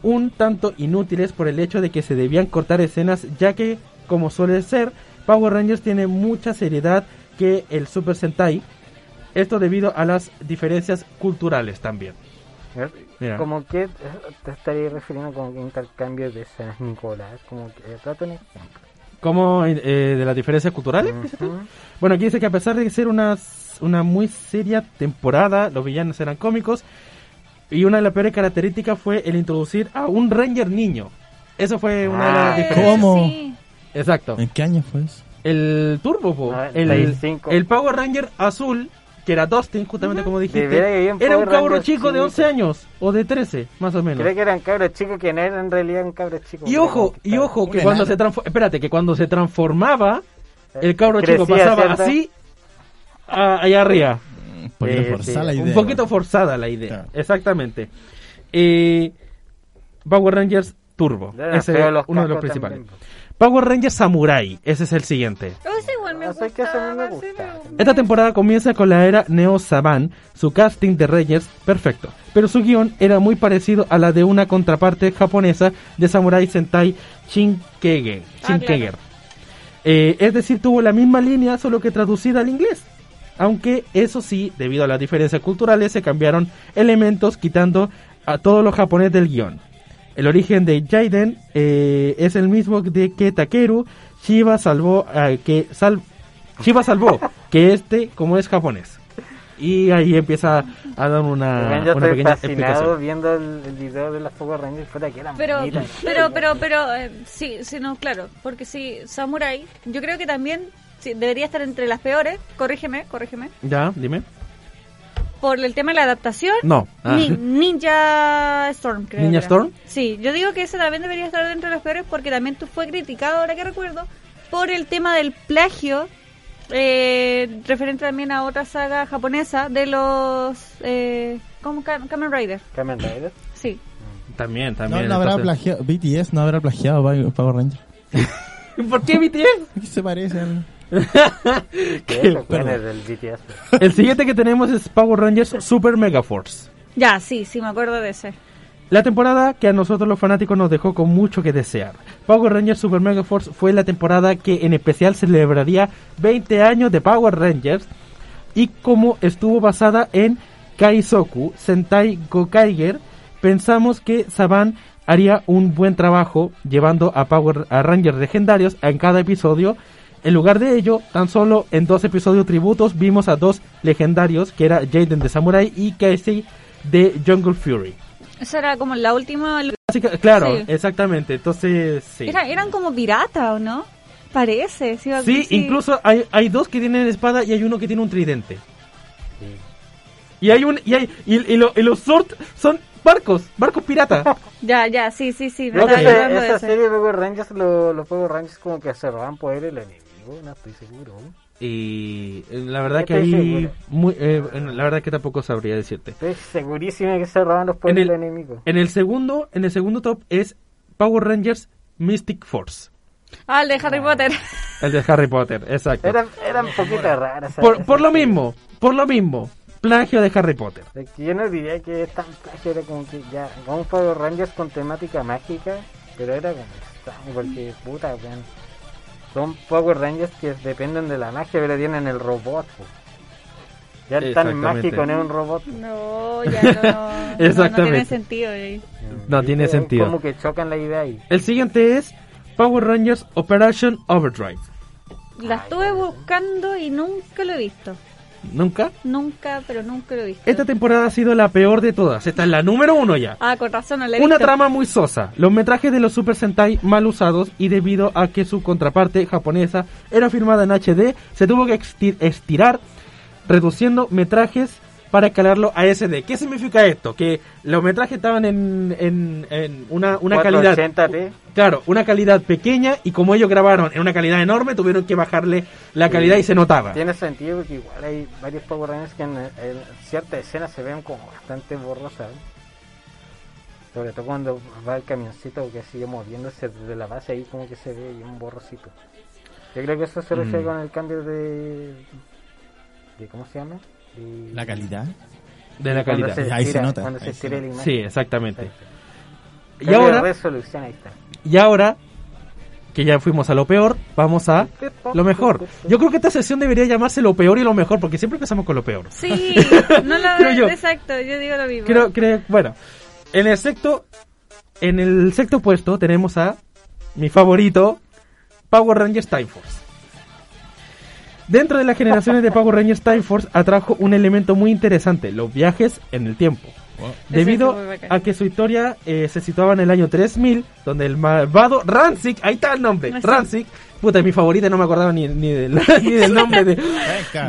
un tanto inútiles por el hecho de que se debían cortar escenas, ya que, como suele ser, Power Rangers tiene mucha seriedad que el Super Sentai. Esto debido a las diferencias culturales también. Mira.
Como que eh, te estaría refiriendo como que intercambio de escenas, Nicolás. Como que eh, trata un ejemplo.
¿Cómo eh, de las diferencias culturales? dices tú?
Ujú.
Bueno, aquí dice que a pesar de ser una, una muy seria temporada, los villanos eran cómicos. Y una de las peores características fue el introducir a un Ranger niño. Eso fue una de las
Ah,
diferencias.
¿Cómo?
Sí.
Exacto.
¿En qué año fue eso?
El Turbo, po.
Ah,
el,
el cinco.
el Power Ranger azul, que era Dustin, justamente como
Debería que
dijiste.
hayan
Era un
Power
cabro
Rangers
chico de
chicos.
11 años, o de 13, más o menos.
Creo que eran cabros chicos que no eran en realidad un cabro chico.
Y ojo, y ojo, que
Un
cuando se
enano.
transformaba, espérate, que cuando se transformaba, el cabro
Eh, Crecía,
chico pasaba
¿cierto?
así, a- allá arriba.
Un poquito
Eh,
forzada
sí,
la idea.
Un poquito forzada la idea,
Claro.
exactamente. Eh, Power Rangers Turbo,
Eran
ese
feos
es
los
uno de los
cacos
principales.
también.
Power Rangers Samurai, ese es el siguiente.
Pero ese igual me
No sé qué,
gusta.
ese a mí me
sí,
gusta.
pero-
Esta temporada comienza con la era Neo Saban, su casting de Rangers perfecto, pero su guión era muy parecido a la de una contraparte japonesa de Samurai Sentai Shinkege,
Ah,
Shinkeger. Eh, es decir, tuvo la misma línea, solo que traducida al inglés. Aunque eso sí, debido a las diferencias culturales, se cambiaron elementos quitando a todos los japonés del guión. El origen de Jaden eh, es el mismo de que Takeru Shiba salvó a que sal- Shiba salvó que este como es japonés. Y ahí empieza a dar una,
Ven, yo
Ah, una
estoy
pequeña
fascinado
explicación.
viendo el, el video de las Power Rangers. Puta, que eran
Pero,
bonitas.
pero, pero, pero, eh, sí, sí, no, claro, porque si Samurai, yo creo que también sí, debería estar entre las peores, corrígeme, corrígeme,
Ya, dime.
por el tema de la adaptación.
No. Ah.
Ni- Ninja Storm, creo.
¿Ninja
que era.
Storm?
Sí, yo digo que ese también debería estar dentro de los peores porque también tú fue criticado, ahora que recuerdo, por el tema del plagio, eh, referente también a otra saga japonesa de los... Eh, ¿Cómo? Cam- Kamen Rider,
Kamen Rider.
sí.
También,
No,
también.
no habrá
entonces-
plagiado. BTS no habrá plagiado Power- Power Ranger.
¿Por qué BTS?
¿Qué se parecen?
Que eso,
Perdón.
bueno, del BTS.
El siguiente que tenemos es Power Rangers Super Mega Force.
Ya, sí, sí, me acuerdo de ese.
La temporada que a nosotros los fanáticos nos dejó con mucho que desear. Power Rangers Super Mega Force fue la temporada que en especial celebraría 20 años de Power Rangers y como estuvo basada en Kaizoku Sentai Gokaiger, pensamos que Saban haría un buen trabajo llevando a Power a Rangers legendarios en cada episodio En lugar de ello, tan solo en dos episodios tributos vimos a dos legendarios, que era Jaden de Samurai y Casey de Jungle Fury.
Esa era como la última.
Así que, claro,
Sí.
exactamente. Entonces, sí.
Era- eran como piratas, ¿o no? Parece. Sí,
Sí, incluso hay, hay dos que tienen espada y hay uno que tiene un tridente. Y hay un y hay y, y lo- y los sort son barcos, barcos pirata.
Ya, ya, sí, sí, sí. Me
Creo
estaba
que-
acordando de
Esa
ese.
serie de Power Rangers, lo- los Power Rangers como que se roban poder el enemigo, no estoy seguro.
y eh, la verdad
Yo
que
estoy
ahí
seguro.
muy, eh, en- la verdad que tampoco sabría decirte.
Estoy segurísimo de que se roban los poderes del enemigo.
En el segundo, en el segundo top es Power Rangers Mystic Force,
Ah, el de Harry Potter.
el de Harry Potter, exacto.
Eran, eran un poquito raras. esas-
por, por lo mismo, por lo mismo, plagio de Harry Potter.
Es que yo no diría que es tan plagio, era como que ya, como un Power Rangers con temática mágica, pero era como extraño, porque puta, weón. Son Power Rangers que dependen de la magia, pero tienen el robot, weón. Ya el tan
Exactamente.
mágico no es un robot.
No, ya no. no, No,
Exactamente.
tiene sentido. eh.
No tiene
Es
sentido.
Como que chocan la idea ahí.
El siguiente es Power Rangers Operation Overdrive.
La estuve buscando y nunca lo he visto.
¿Nunca?
Nunca, pero nunca lo he visto.
Esta temporada ha sido la peor de todas. Esta es la número uno ya.
Ah, con razón, no la he
Una
visto.
trama muy sosa. Los metrajes de los Super Sentai mal usados y debido a que su contraparte japonesa era firmada en HD, se tuvo que exti- estirar reduciendo metrajes para escalarlo a SD. ¿Qué significa esto? Que los metrajes estaban en, en- en una, una calidad...
480p.
Claro, una calidad pequeña y como ellos grabaron en una calidad enorme, tuvieron que bajarle la calidad y se notaba.
Tiene sentido porque igual hay varios Power Rangers que en, en cierta escena se ven como bastante borrosas. ¿eh? Sobre todo cuando va el camioncito que sigue moviéndose desde la base, ahí como que se ve un borrosito. Yo creo que eso se refiere
Mm.
con el cambio de... de ¿Cómo se llama? De-
La calidad.
De la
Cuando
calidad.
se
Ahí se
estira-
nota,
Cuando se
ahí se
estira la imagen.
Sí, exactamente. Y
Cambio de
ahora,
resolución, ahí está.
y ahora, que ya fuimos a lo peor, vamos a lo mejor. Yo creo que esta sesión debería llamarse lo peor y lo mejor, porque siempre empezamos con lo peor.
Sí, no la
Creo yo.
Exacto, yo digo lo mismo.
Creo, creo, bueno, en el sexto, en el sexto puesto tenemos a mi favorito, Power Rangers Time Force. Dentro de las generaciones de Power Rangers Time Force atrajo un elemento muy interesante, los viajes en el tiempo. Debido
Eso es muy bacán.
a que su historia eh, se situaba en el año 3000, donde el malvado Rancic, ahí está el nombre,
Sí.
Rancic, puta, es mi favorita, no me acordaba ni, ni del, ni del nombre de-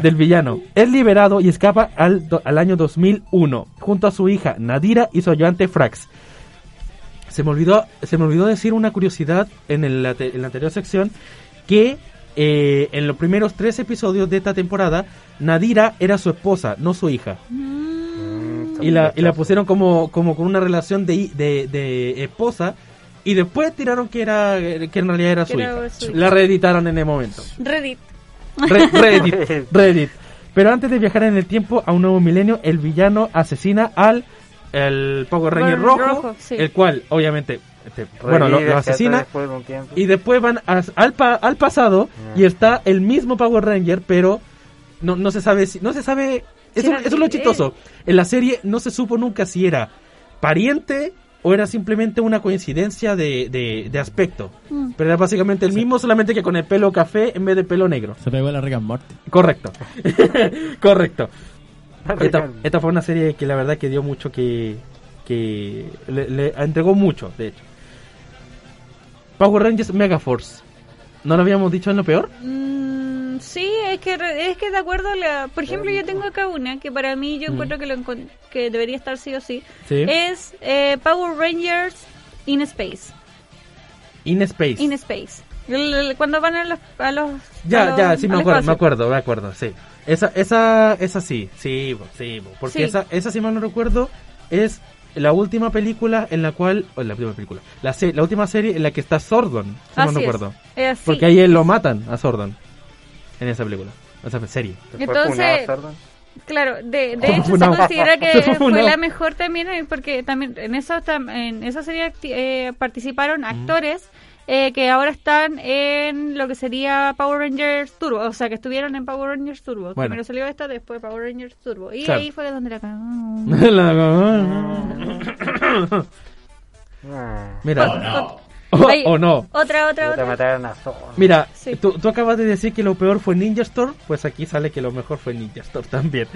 del villano, es liberado y escapa al, do- al año 2001, junto a su hija Nadira y su ayudante Frax. Se me olvidó, se me olvidó decir una curiosidad en, el ate- en la anterior sección, que eh, en los primeros tres episodios de esta temporada, Nadira era su esposa, no su hija.
Mm,
Y la, y la pusieron como, como con una relación de, hi- de, de esposa. Y después tiraron que era que en realidad era
Que
su
era
hija.
su hija.
La reeditaron en el momento.
Reddit.
Re- Reddit, Reddit. Pero antes de viajar en el tiempo a un nuevo milenio, el villano asesina al el Power Ranger
Power
rojo,
rojo, sí.
el cual obviamente este, bueno lo,
Revive,
lo asesina
¿cierto? Después de un tiempo.
y después van a- al, pa- al pasado y está el mismo Power Ranger, pero no, no se sabe si no se sabe
Si
eso,
era-
eso es lo chistoso.
eh.
En la serie no se supo nunca si era pariente o era simplemente una coincidencia de, de, de aspecto.
Mm.
Pero era básicamente el mismo, solamente que con el pelo café en vez de pelo negro.
Se pegó la Rick and Morty.
Correcto. Correcto.
Rick
Esta,
and-
esta fue una serie que la verdad que dio mucho que... que le, le entregó mucho, de hecho. Power Rangers Megaforce. ¿No lo habíamos dicho en lo peor?
Mm, sí, es que, re- es que de acuerdo a la... Por ejemplo, yo tengo acá una que para mí yo
Mm.
encuentro que, lo encon- que debería estar sí o sí.
Sí.
Es eh, Power Rangers in Space.
In Space.
In Space. El- el- Cuando van a los... a los- a
ya,
los-
ya, sí, me
al
acuerdo, me
espacio.
acuerdo, me acuerdo, sí. Esa, esa, esa sí, sí, bo, sí, bo, porque
Sí.
Esa, esa, si mal no recuerdo, es la última película en la cual, o la última película, la, se- la última serie en la que está Sordon, si mal
Así
no
es.
recuerdo.
Eh, así.
Porque ahí lo matan a Sordon, en esa película, en esa serie.
Entonces, claro, de, de
Fue
hecho se
funado.
considera que
Fue
fue
funado.
la mejor también eh, porque también en esa tam- en esa serie acti- eh,
Mm.
participaron actores eh, que ahora están en lo que sería Power Rangers Turbo, o sea que estuvieron en Power Rangers Turbo.
Bueno.
Primero salió esta, después Power Rangers Turbo y
Claro.
ahí fue donde la
La- Mira,
Con- con-
O- o Oh, no.
Otra, otra,
Ah, Te
otra.
mataron a Zoro.
Mira, tú, tú acabas de decir que lo peor fue Ninja Store, pues aquí sale que lo mejor fue Ninja Store también.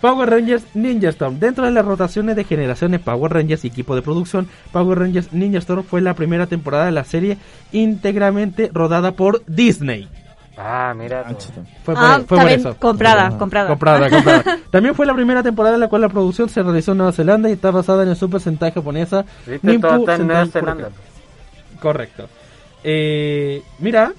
Power Rangers Ninja Storm. Dentro de las rotaciones de generaciones Power Rangers y equipo de producción, Power Rangers Ninja Storm fue la primera temporada de la serie íntegramente rodada por Disney.
Ah, mira. tú.
Fue por, e-,
Ah,
fue por
está bien,
eso.
comprada,
Ah.
comprada.
Comprada, comprada. También fue la primera temporada en la cual la producción se realizó en Nueva Zelanda y está basada en el Super Sentai japonesa.
Viste, todo está en Nueva
Sentai
Zelanda.
Hurricane. Correcto. Eh, mira,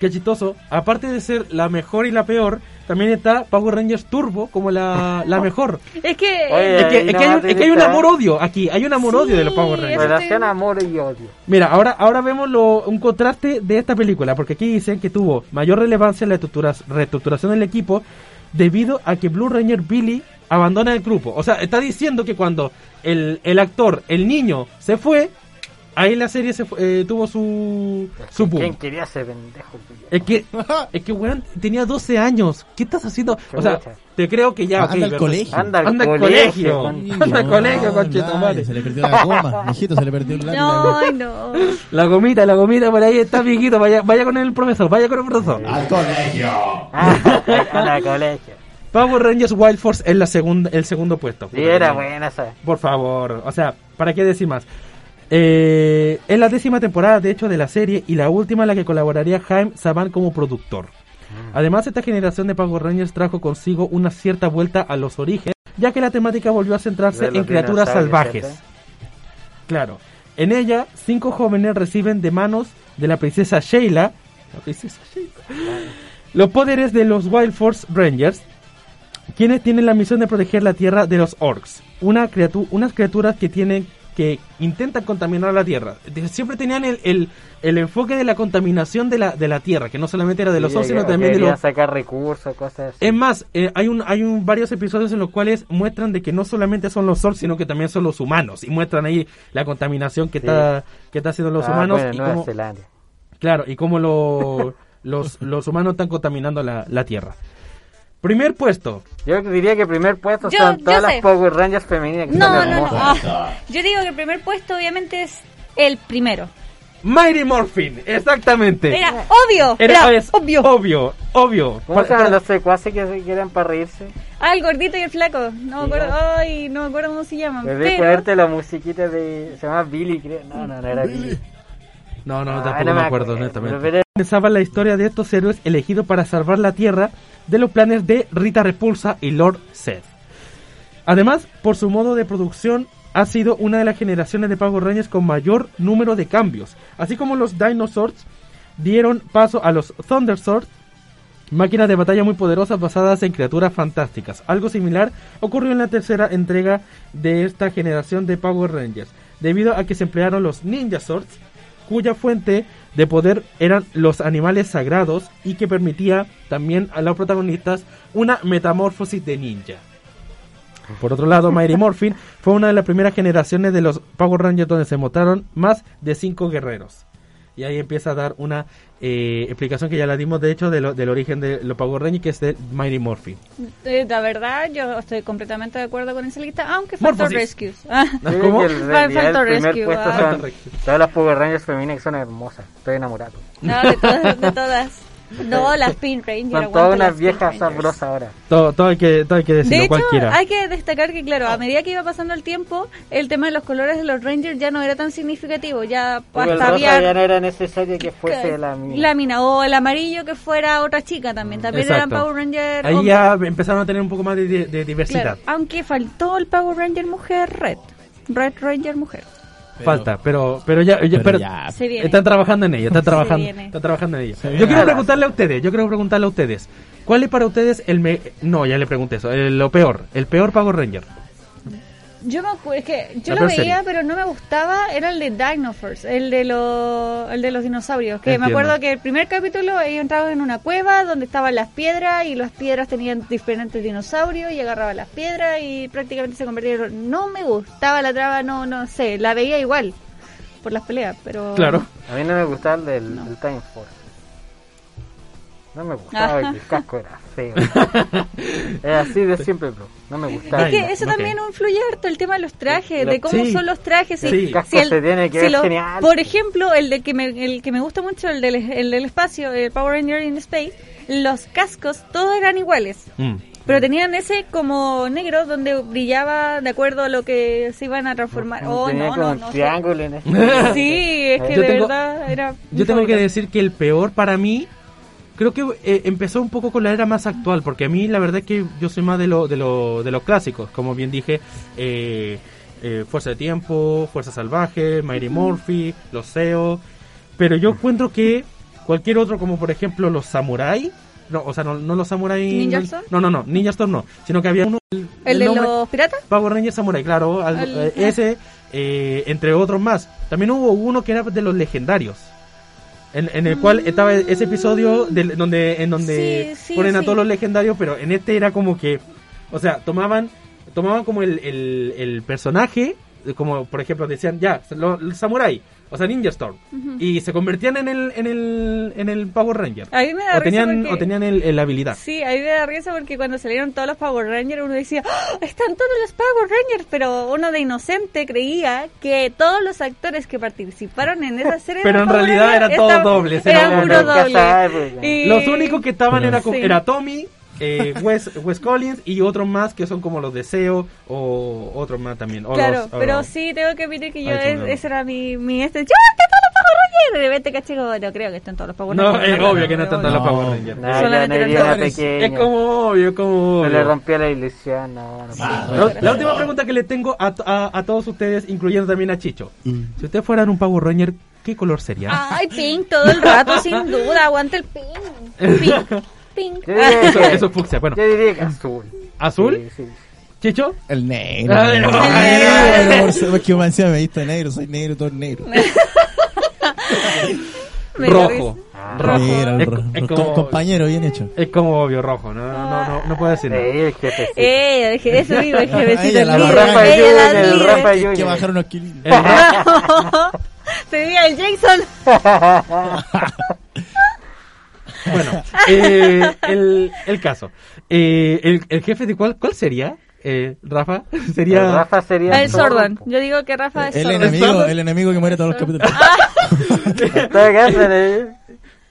qué chistoso. Aparte de ser la mejor y la peor, también está Power Rangers Turbo como la, la mejor.
Es que...
Oye,
Es que,
ahí
es
no
que hay,
más
un- es que hay un
directa, ¿eh?
amor-odio aquí. Hay un amor-odio de los Power Rangers.
Relación amor y odio.
Mira, ahora, ahora vemos lo- un contraste de esta película, porque aquí dicen que tuvo mayor relevancia en la estructura- reestructuración del equipo debido a que Blue Ranger Billy abandona el grupo. O sea, está diciendo que cuando el, el actor, el niño, se fue, ahí la serie se fue- eh, tuvo su, su boom.
¿Quién quería ese pendejo?
Es que, es que, weón, tenía 12 años. ¿Qué estás haciendo? O sea,
Chucha.
te creo que ya.
Anda
ok,
al
pero-
colegio.
Anda al
Anda al
colegio.
colegio.
Juan.
Anda al
No,
colegio,
no,
conchetumare.
Se le perdió la goma, mijito, se le perdió el lápiz, la
No, ay, no.
La gomita, la gomita, por ahí está, viejito. Vaya, vaya con el profesor, vaya con el profesor.
Al colegio.
Ah, anda al colegio.
Power Rangers Wild Force es la segunda, el segundo puesto.
Sí, era buena esa.
Por favor, o sea, ¿para qué decir más? Eh, es la décima temporada, de hecho, de la serie y la última en la que colaboraría Jaime Saban como productor.
Mm.
Además, esta generación de Power Rangers trajo consigo una cierta vuelta a los orígenes, ya que la temática volvió a centrarse
De los
en criaturas
dinosaurios,
salvajes.
¿cierto?
Claro. En ella, cinco jóvenes reciben de manos de la princesa Sheila, la princesa Sheila, los poderes de los Wild Force Rangers, quienes tienen la misión de proteger la Tierra de los orcs. Una criatu- unas criaturas que tienen que intentan contaminar la Tierra. De- Siempre tenían el, el- el enfoque de la contaminación de la, de la Tierra, que no solamente era de los
Sí,
orcs, sino
que-
también de
querían
los...
sacar recursos, cosas así.
Es más, eh, hay un hay un varios episodios en los cuales muestran de que no solamente son los orcs, sino que también son los humanos y muestran ahí la contaminación que
Sí.
está que está haciendo los
Ah,
humanos
bueno,
y
Nueva
cómo-
Zelanda.
claro, y cómo lo- los los humanos están contaminando la, la Tierra. Primer puesto.
Yo diría que primer puesto
Yo-
son
yo
todas
sé.
las Power Rangers femeninas que
No,
son
no, no.
hermosas.
Ah, yo digo que el primer puesto obviamente es el primero.
Mighty Morphin, exactamente.
Era obvio.
Era-
Era,
es
obvio.
obvio, obvio.
¿Cómo se
Para-
llaman los secuaces que, que eran para reírse?
Ah, el gordito y el flaco. No me acuerdo. Ay, no me acuerdo cómo se llaman.
Debí
Pero...
ponerte la musiquita de... Se llamaba Billy, creo. No, no, no era Billy.
No, no,
Ah, no
tampoco me
me
acuerdo,
acuerdo,
honestamente.
pero-
Pensaba la historia de estos héroes elegidos para salvar la Tierra de los planes de Rita Repulsa y Lord Seth. Además, por su modo de producción, ha sido una de las generaciones de Power Rangers con mayor número de cambios. Así como los Dinosaurs dieron paso a los Thunder Swords, máquinas de batalla muy poderosas basadas en criaturas fantásticas. Algo similar ocurrió en la tercera entrega de esta generación de Power Rangers, debido a que se emplearon los Ninja Swords, cuya fuente de poder eran los animales sagrados y que permitía también a los protagonistas una metamorfosis de ninja. Por otro lado, Mighty Morphin fue una de las primeras generaciones de los Power Rangers donde se montaron más de cinco guerreros. Y ahí empieza a dar una eh, explicación que ya la dimos, de hecho, de lo- del origen de los Power Rangers, que es de Mighty Morphin.
Eh, La verdad, yo estoy completamente de acuerdo con esa lista, aunque faltó
Morphosis.
Rescues. Ah.
Yo digo
¿Cómo?
que el- en
Fal-
realidad
Falta
el primer
Rescue,
puesto
ah.
Falta
son
Rescue.
todas las Power Rangers femeninas que son hermosas. Estoy enamorado.
No, de todas, de todas. No, las Pin Ranger.
Son
aguanta
todas unas
las
viejas
Pink Rangers.
sabrosas ahora.
Todo, todo hay, que, todo hay que decirlo,
De hecho,
cualquiera.
hay que destacar que, claro, a medida que iba pasando el tiempo, el tema de los colores de los Rangers ya no era tan significativo. Ya
Digo, el
hasta
rosa
había
ya no era necesario que fuese
que-
la mía.
lámina, o el amarillo que fuera otra chica también. También eran
Exacto.
Power Ranger.
Ahí
hombre.
ya empezaron a tener un poco más de, de- de diversidad.
Claro, aunque faltó el Power Ranger mujer red. Red Ranger mujer.
Falta, pero, pero ya... ya-
Pero
pero-
ya.
Se viene.
Están trabajando en ello, están trabajando,
viene.
están trabajando en ello.
viene.
Yo quiero preguntarle a ustedes, yo quiero preguntarle a ustedes, ¿cuál es para ustedes el me... No, ya le pregunté eso, el- lo peor, el peor Power Ranger.
Yo me acuerdo, es que yo
La
lo
peor
veía,
serie.
pero no me gustaba, era el de Dinosaurs, el de, los el de los dinosaurios. Que
Entiendo.
me acuerdo que el primer capítulo ellos entraban en una cueva donde estaban las piedras y las piedras tenían diferentes dinosaurios y agarraban las piedras y prácticamente se convirtieron. No me gustaba la traba, no, no sé, la veía igual por las peleas, pero.
Claro.
A mí no me gustaba el del el Time Force. No me gustaba
Ah.
que el casco era feo. es así de siempre, bro. No me gustaba.
Es que eso también influye harto el tema de los trajes,
Lo-
de cómo
sí.
son los trajes. y-
Sí. El casco se tiene que ver genial.
Por ejemplo, el de que me, el que me gusta mucho, el del, el del espacio, el Power Ranger in Space, los cascos todos eran iguales.
Mm.
Pero tenían ese como negro donde brillaba de acuerdo a lo que se iban a transformar. Oh,
Tenía
no,
como
no,
un
no. sé.
triángulo en este.
Sí, es que
Eh, Yo
de
tengo-
verdad era.
Yo tengo que decir que el peor para mí, creo que eh, empezó un poco con la era más actual, porque a mí la verdad es que yo soy más de lo, de lo, de los clásicos, como bien dije, eh, eh, Fuerza de Tiempo, Fuerza Salvaje, Mighty Murphy, los SEO, pero yo encuentro que cualquier otro, como por ejemplo los Samurai, no, o sea, no, no los Samurai...
¿Ninja Storm?
No, no, no, Ninja Storm no, sino que había uno... El,
¿El
el
de
nombre-
los piratas?
Power Rangers Samurai, claro, algo-
Al-
eh, ese, eh, entre otros más. También hubo uno que era de los legendarios. En, en el cual estaba ese episodio del- donde, en donde
Sí, sí,
ponen a
sí.
todos los legendarios, pero en este era como que, o sea, tomaban, tomaban como el, el, el personaje, eh, como por ejemplo decían, ya, lo- el samurai, o sea, Ninja Storm,
Ujú.
y se convertían en el, en el, en el Power Ranger.
A mí me da
O tenían,
risa
o
porque-
tenían el, el habilidad.
Sí, a mí me da risa porque cuando salieron todos los Power Rangers uno decía, "¡Ah! están todos los Power Rangers, pero uno de inocente creía que todos los actores que participaron en esa serie
Pero
eran
en
Power
realidad
Rangers,
eran todos
estaban-
dobles,
Eran
eran
puro
dobles.
pues,
doble. Y-
Los únicos que estaban era, como-
Sí.
era Tommy, eh, Wes, Wes Collins y otros más que son como los Deseo o otros más también. o
Claro,
los- o-
pero sí, tengo que admitir que yo,
Ay,
es-
chingado.
ese era mi, mi este, ¡Yo están todos los Power Rangers! Y de repente caché, como, no creo que estén todos los Power
No,
Rangers.
es obvio que no están todos los
no.
Power Rangers.
No, ya no
Solamente
iría a la
eran
pequeña.
Es como obvio, es como
Se le
obvio.
rompió la ilusión. No, no.
La, la última pregunta que le tengo a, a- a todos ustedes, incluyendo también a Chicho.
Mm.
Si ustedes fueran un Power Ranger, ¿qué color sería?
Ay, Pink, todo el rato, sin duda, aguanta el Pink. Pink.
Yo diría
Eso,
que-
eso es fucsia, bueno.
Yo diría que azul.
¿Azul?
Sí, sí.
¿Chicho?
El negro.
Ay, no.
El negro, por su- Porque yo me decía, me he visto de negro, soy negro, todo negro.
Me dio
Rojo. Rojo.
Negro,
Es-
rojo.
es
Co-
como-
compañero, bien hecho.
Es como obvio rojo, no,
Ah.
no, no, no puedo decir nada.
Sí, el jefe. sí.
Eh, el je- eso mismo, el jefecito
Ella
es
la
líder,
Rafa
ella
Junior,
la
el
líder.
Rafa
Hay que
Junior.
bajar unos kilitos.
El rojo-
Sería el Jason.
Bueno, eh, el, el caso. Eh, el, el jefe de cuál, cuál sería, eh, Rafa?
El
Sería
Rafa sería
El Sordon. Yo digo que
Eh,
Rafa es
El
Sordon.
enemigo, el enemigo que muere todos los capítulos.
En todo caso, eh,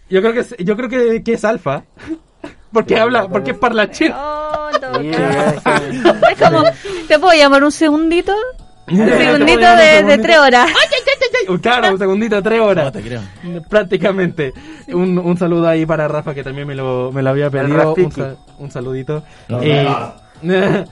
yo creo que es- yo creo que, que es alfa. Porque habla, porque es parlachín.
Oh, todo
sí,
caso.
eh,
Es como, ¿te puedo llamar un segundito? Un
Te voy
segundito
a dar un
de, de
segundito.
tres horas.
Uh, Claro, un segundito, tres
No
horas.
te creo.
Prácticamente. Un, un saludo ahí para Rafa, que también me lo, me lo había pedido.
Rafiki.
Un, sa- un saludito.
No,
Eh,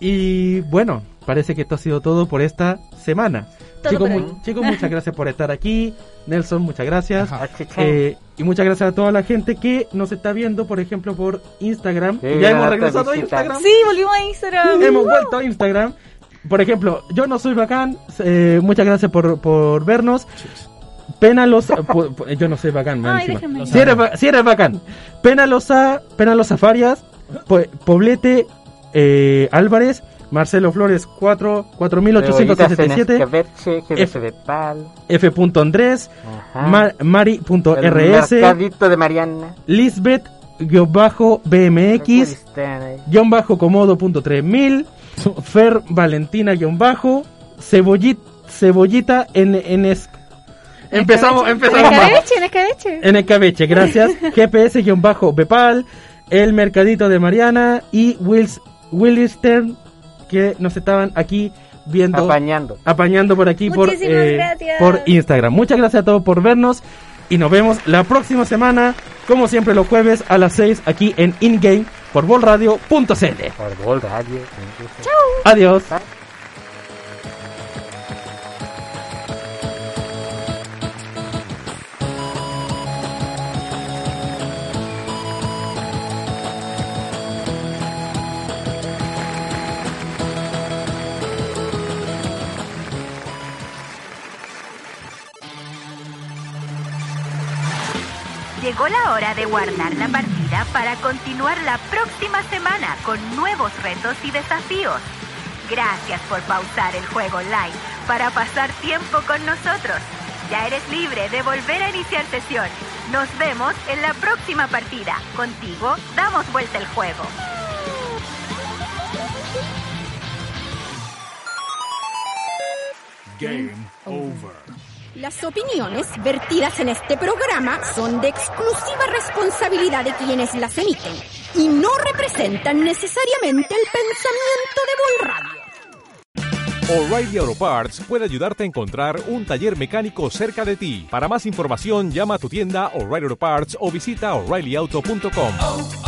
y bueno, parece que esto ha sido todo por esta semana.
Todo
Chicos,
por
mu-
hoy.
chicos, muchas gracias por estar aquí. Nelson, muchas gracias.
Ajá.
achichao.
Eh, y muchas gracias a toda la gente que nos está viendo, por ejemplo, por Instagram.
Sí,
ya
harta
hemos regresado a
visita.
Instagram.
Sí, volvimos a Instagram.
Hemos vuelto a Instagram. Por ejemplo, yo no soy bacán. eh, muchas gracias por, por vernos. Pénalos. eh, pu- pu- yo no soy bacán, man.
Ay, déjame.
Si eres, ba- si eres bacán. Pénalos a, Pénalos a Farias. Po- Poblete eh, Álvarez. Marcelo Flores 4,
Cebollitas
4867.
en escabeche, jefe de pal.
F. Andrés.
Ajá.
Mar,
Ah. El
Mari.rs.
mercadito de Mariana.
Lisbeth guión bajo BMX guión bajo comodo punto 3000 Fer Valentina guión bajo cebollita cebollita en en es- empezamos
En
empezamos mal.
escabeche, en escabeche.
en el cabeche gracias GPS guión bajo Bepal el mercadito de Mariana y Wills Willistern que nos estaban aquí viendo
Apañando.
apañando por aquí por, eh,
Muchísimas gracias.
por Instagram. Muchas gracias a todos por vernos y nos vemos la próxima semana, como siempre los jueves a las 6 aquí en InGame por bolradio.cl.
Por Gol Radio.
Adiós.
Llegó la hora de guardar la partida para continuar la próxima semana con nuevos retos y desafíos. Gracias por pausar el juego live para pasar tiempo con nosotros.
Ya eres libre de volver a iniciar sesión. Nos vemos en la próxima partida. Contigo damos vuelta el juego.
Game over.
Las opiniones vertidas en este programa son de exclusiva responsabilidad de quienes las emiten y no representan necesariamente el pensamiento de Bull Radio.
O'Reilly Auto Parts puede ayudarte a encontrar un taller mecánico cerca de ti. Para más información, llama a tu tienda O'Reilly Auto Parts o visita oreillyauto.com.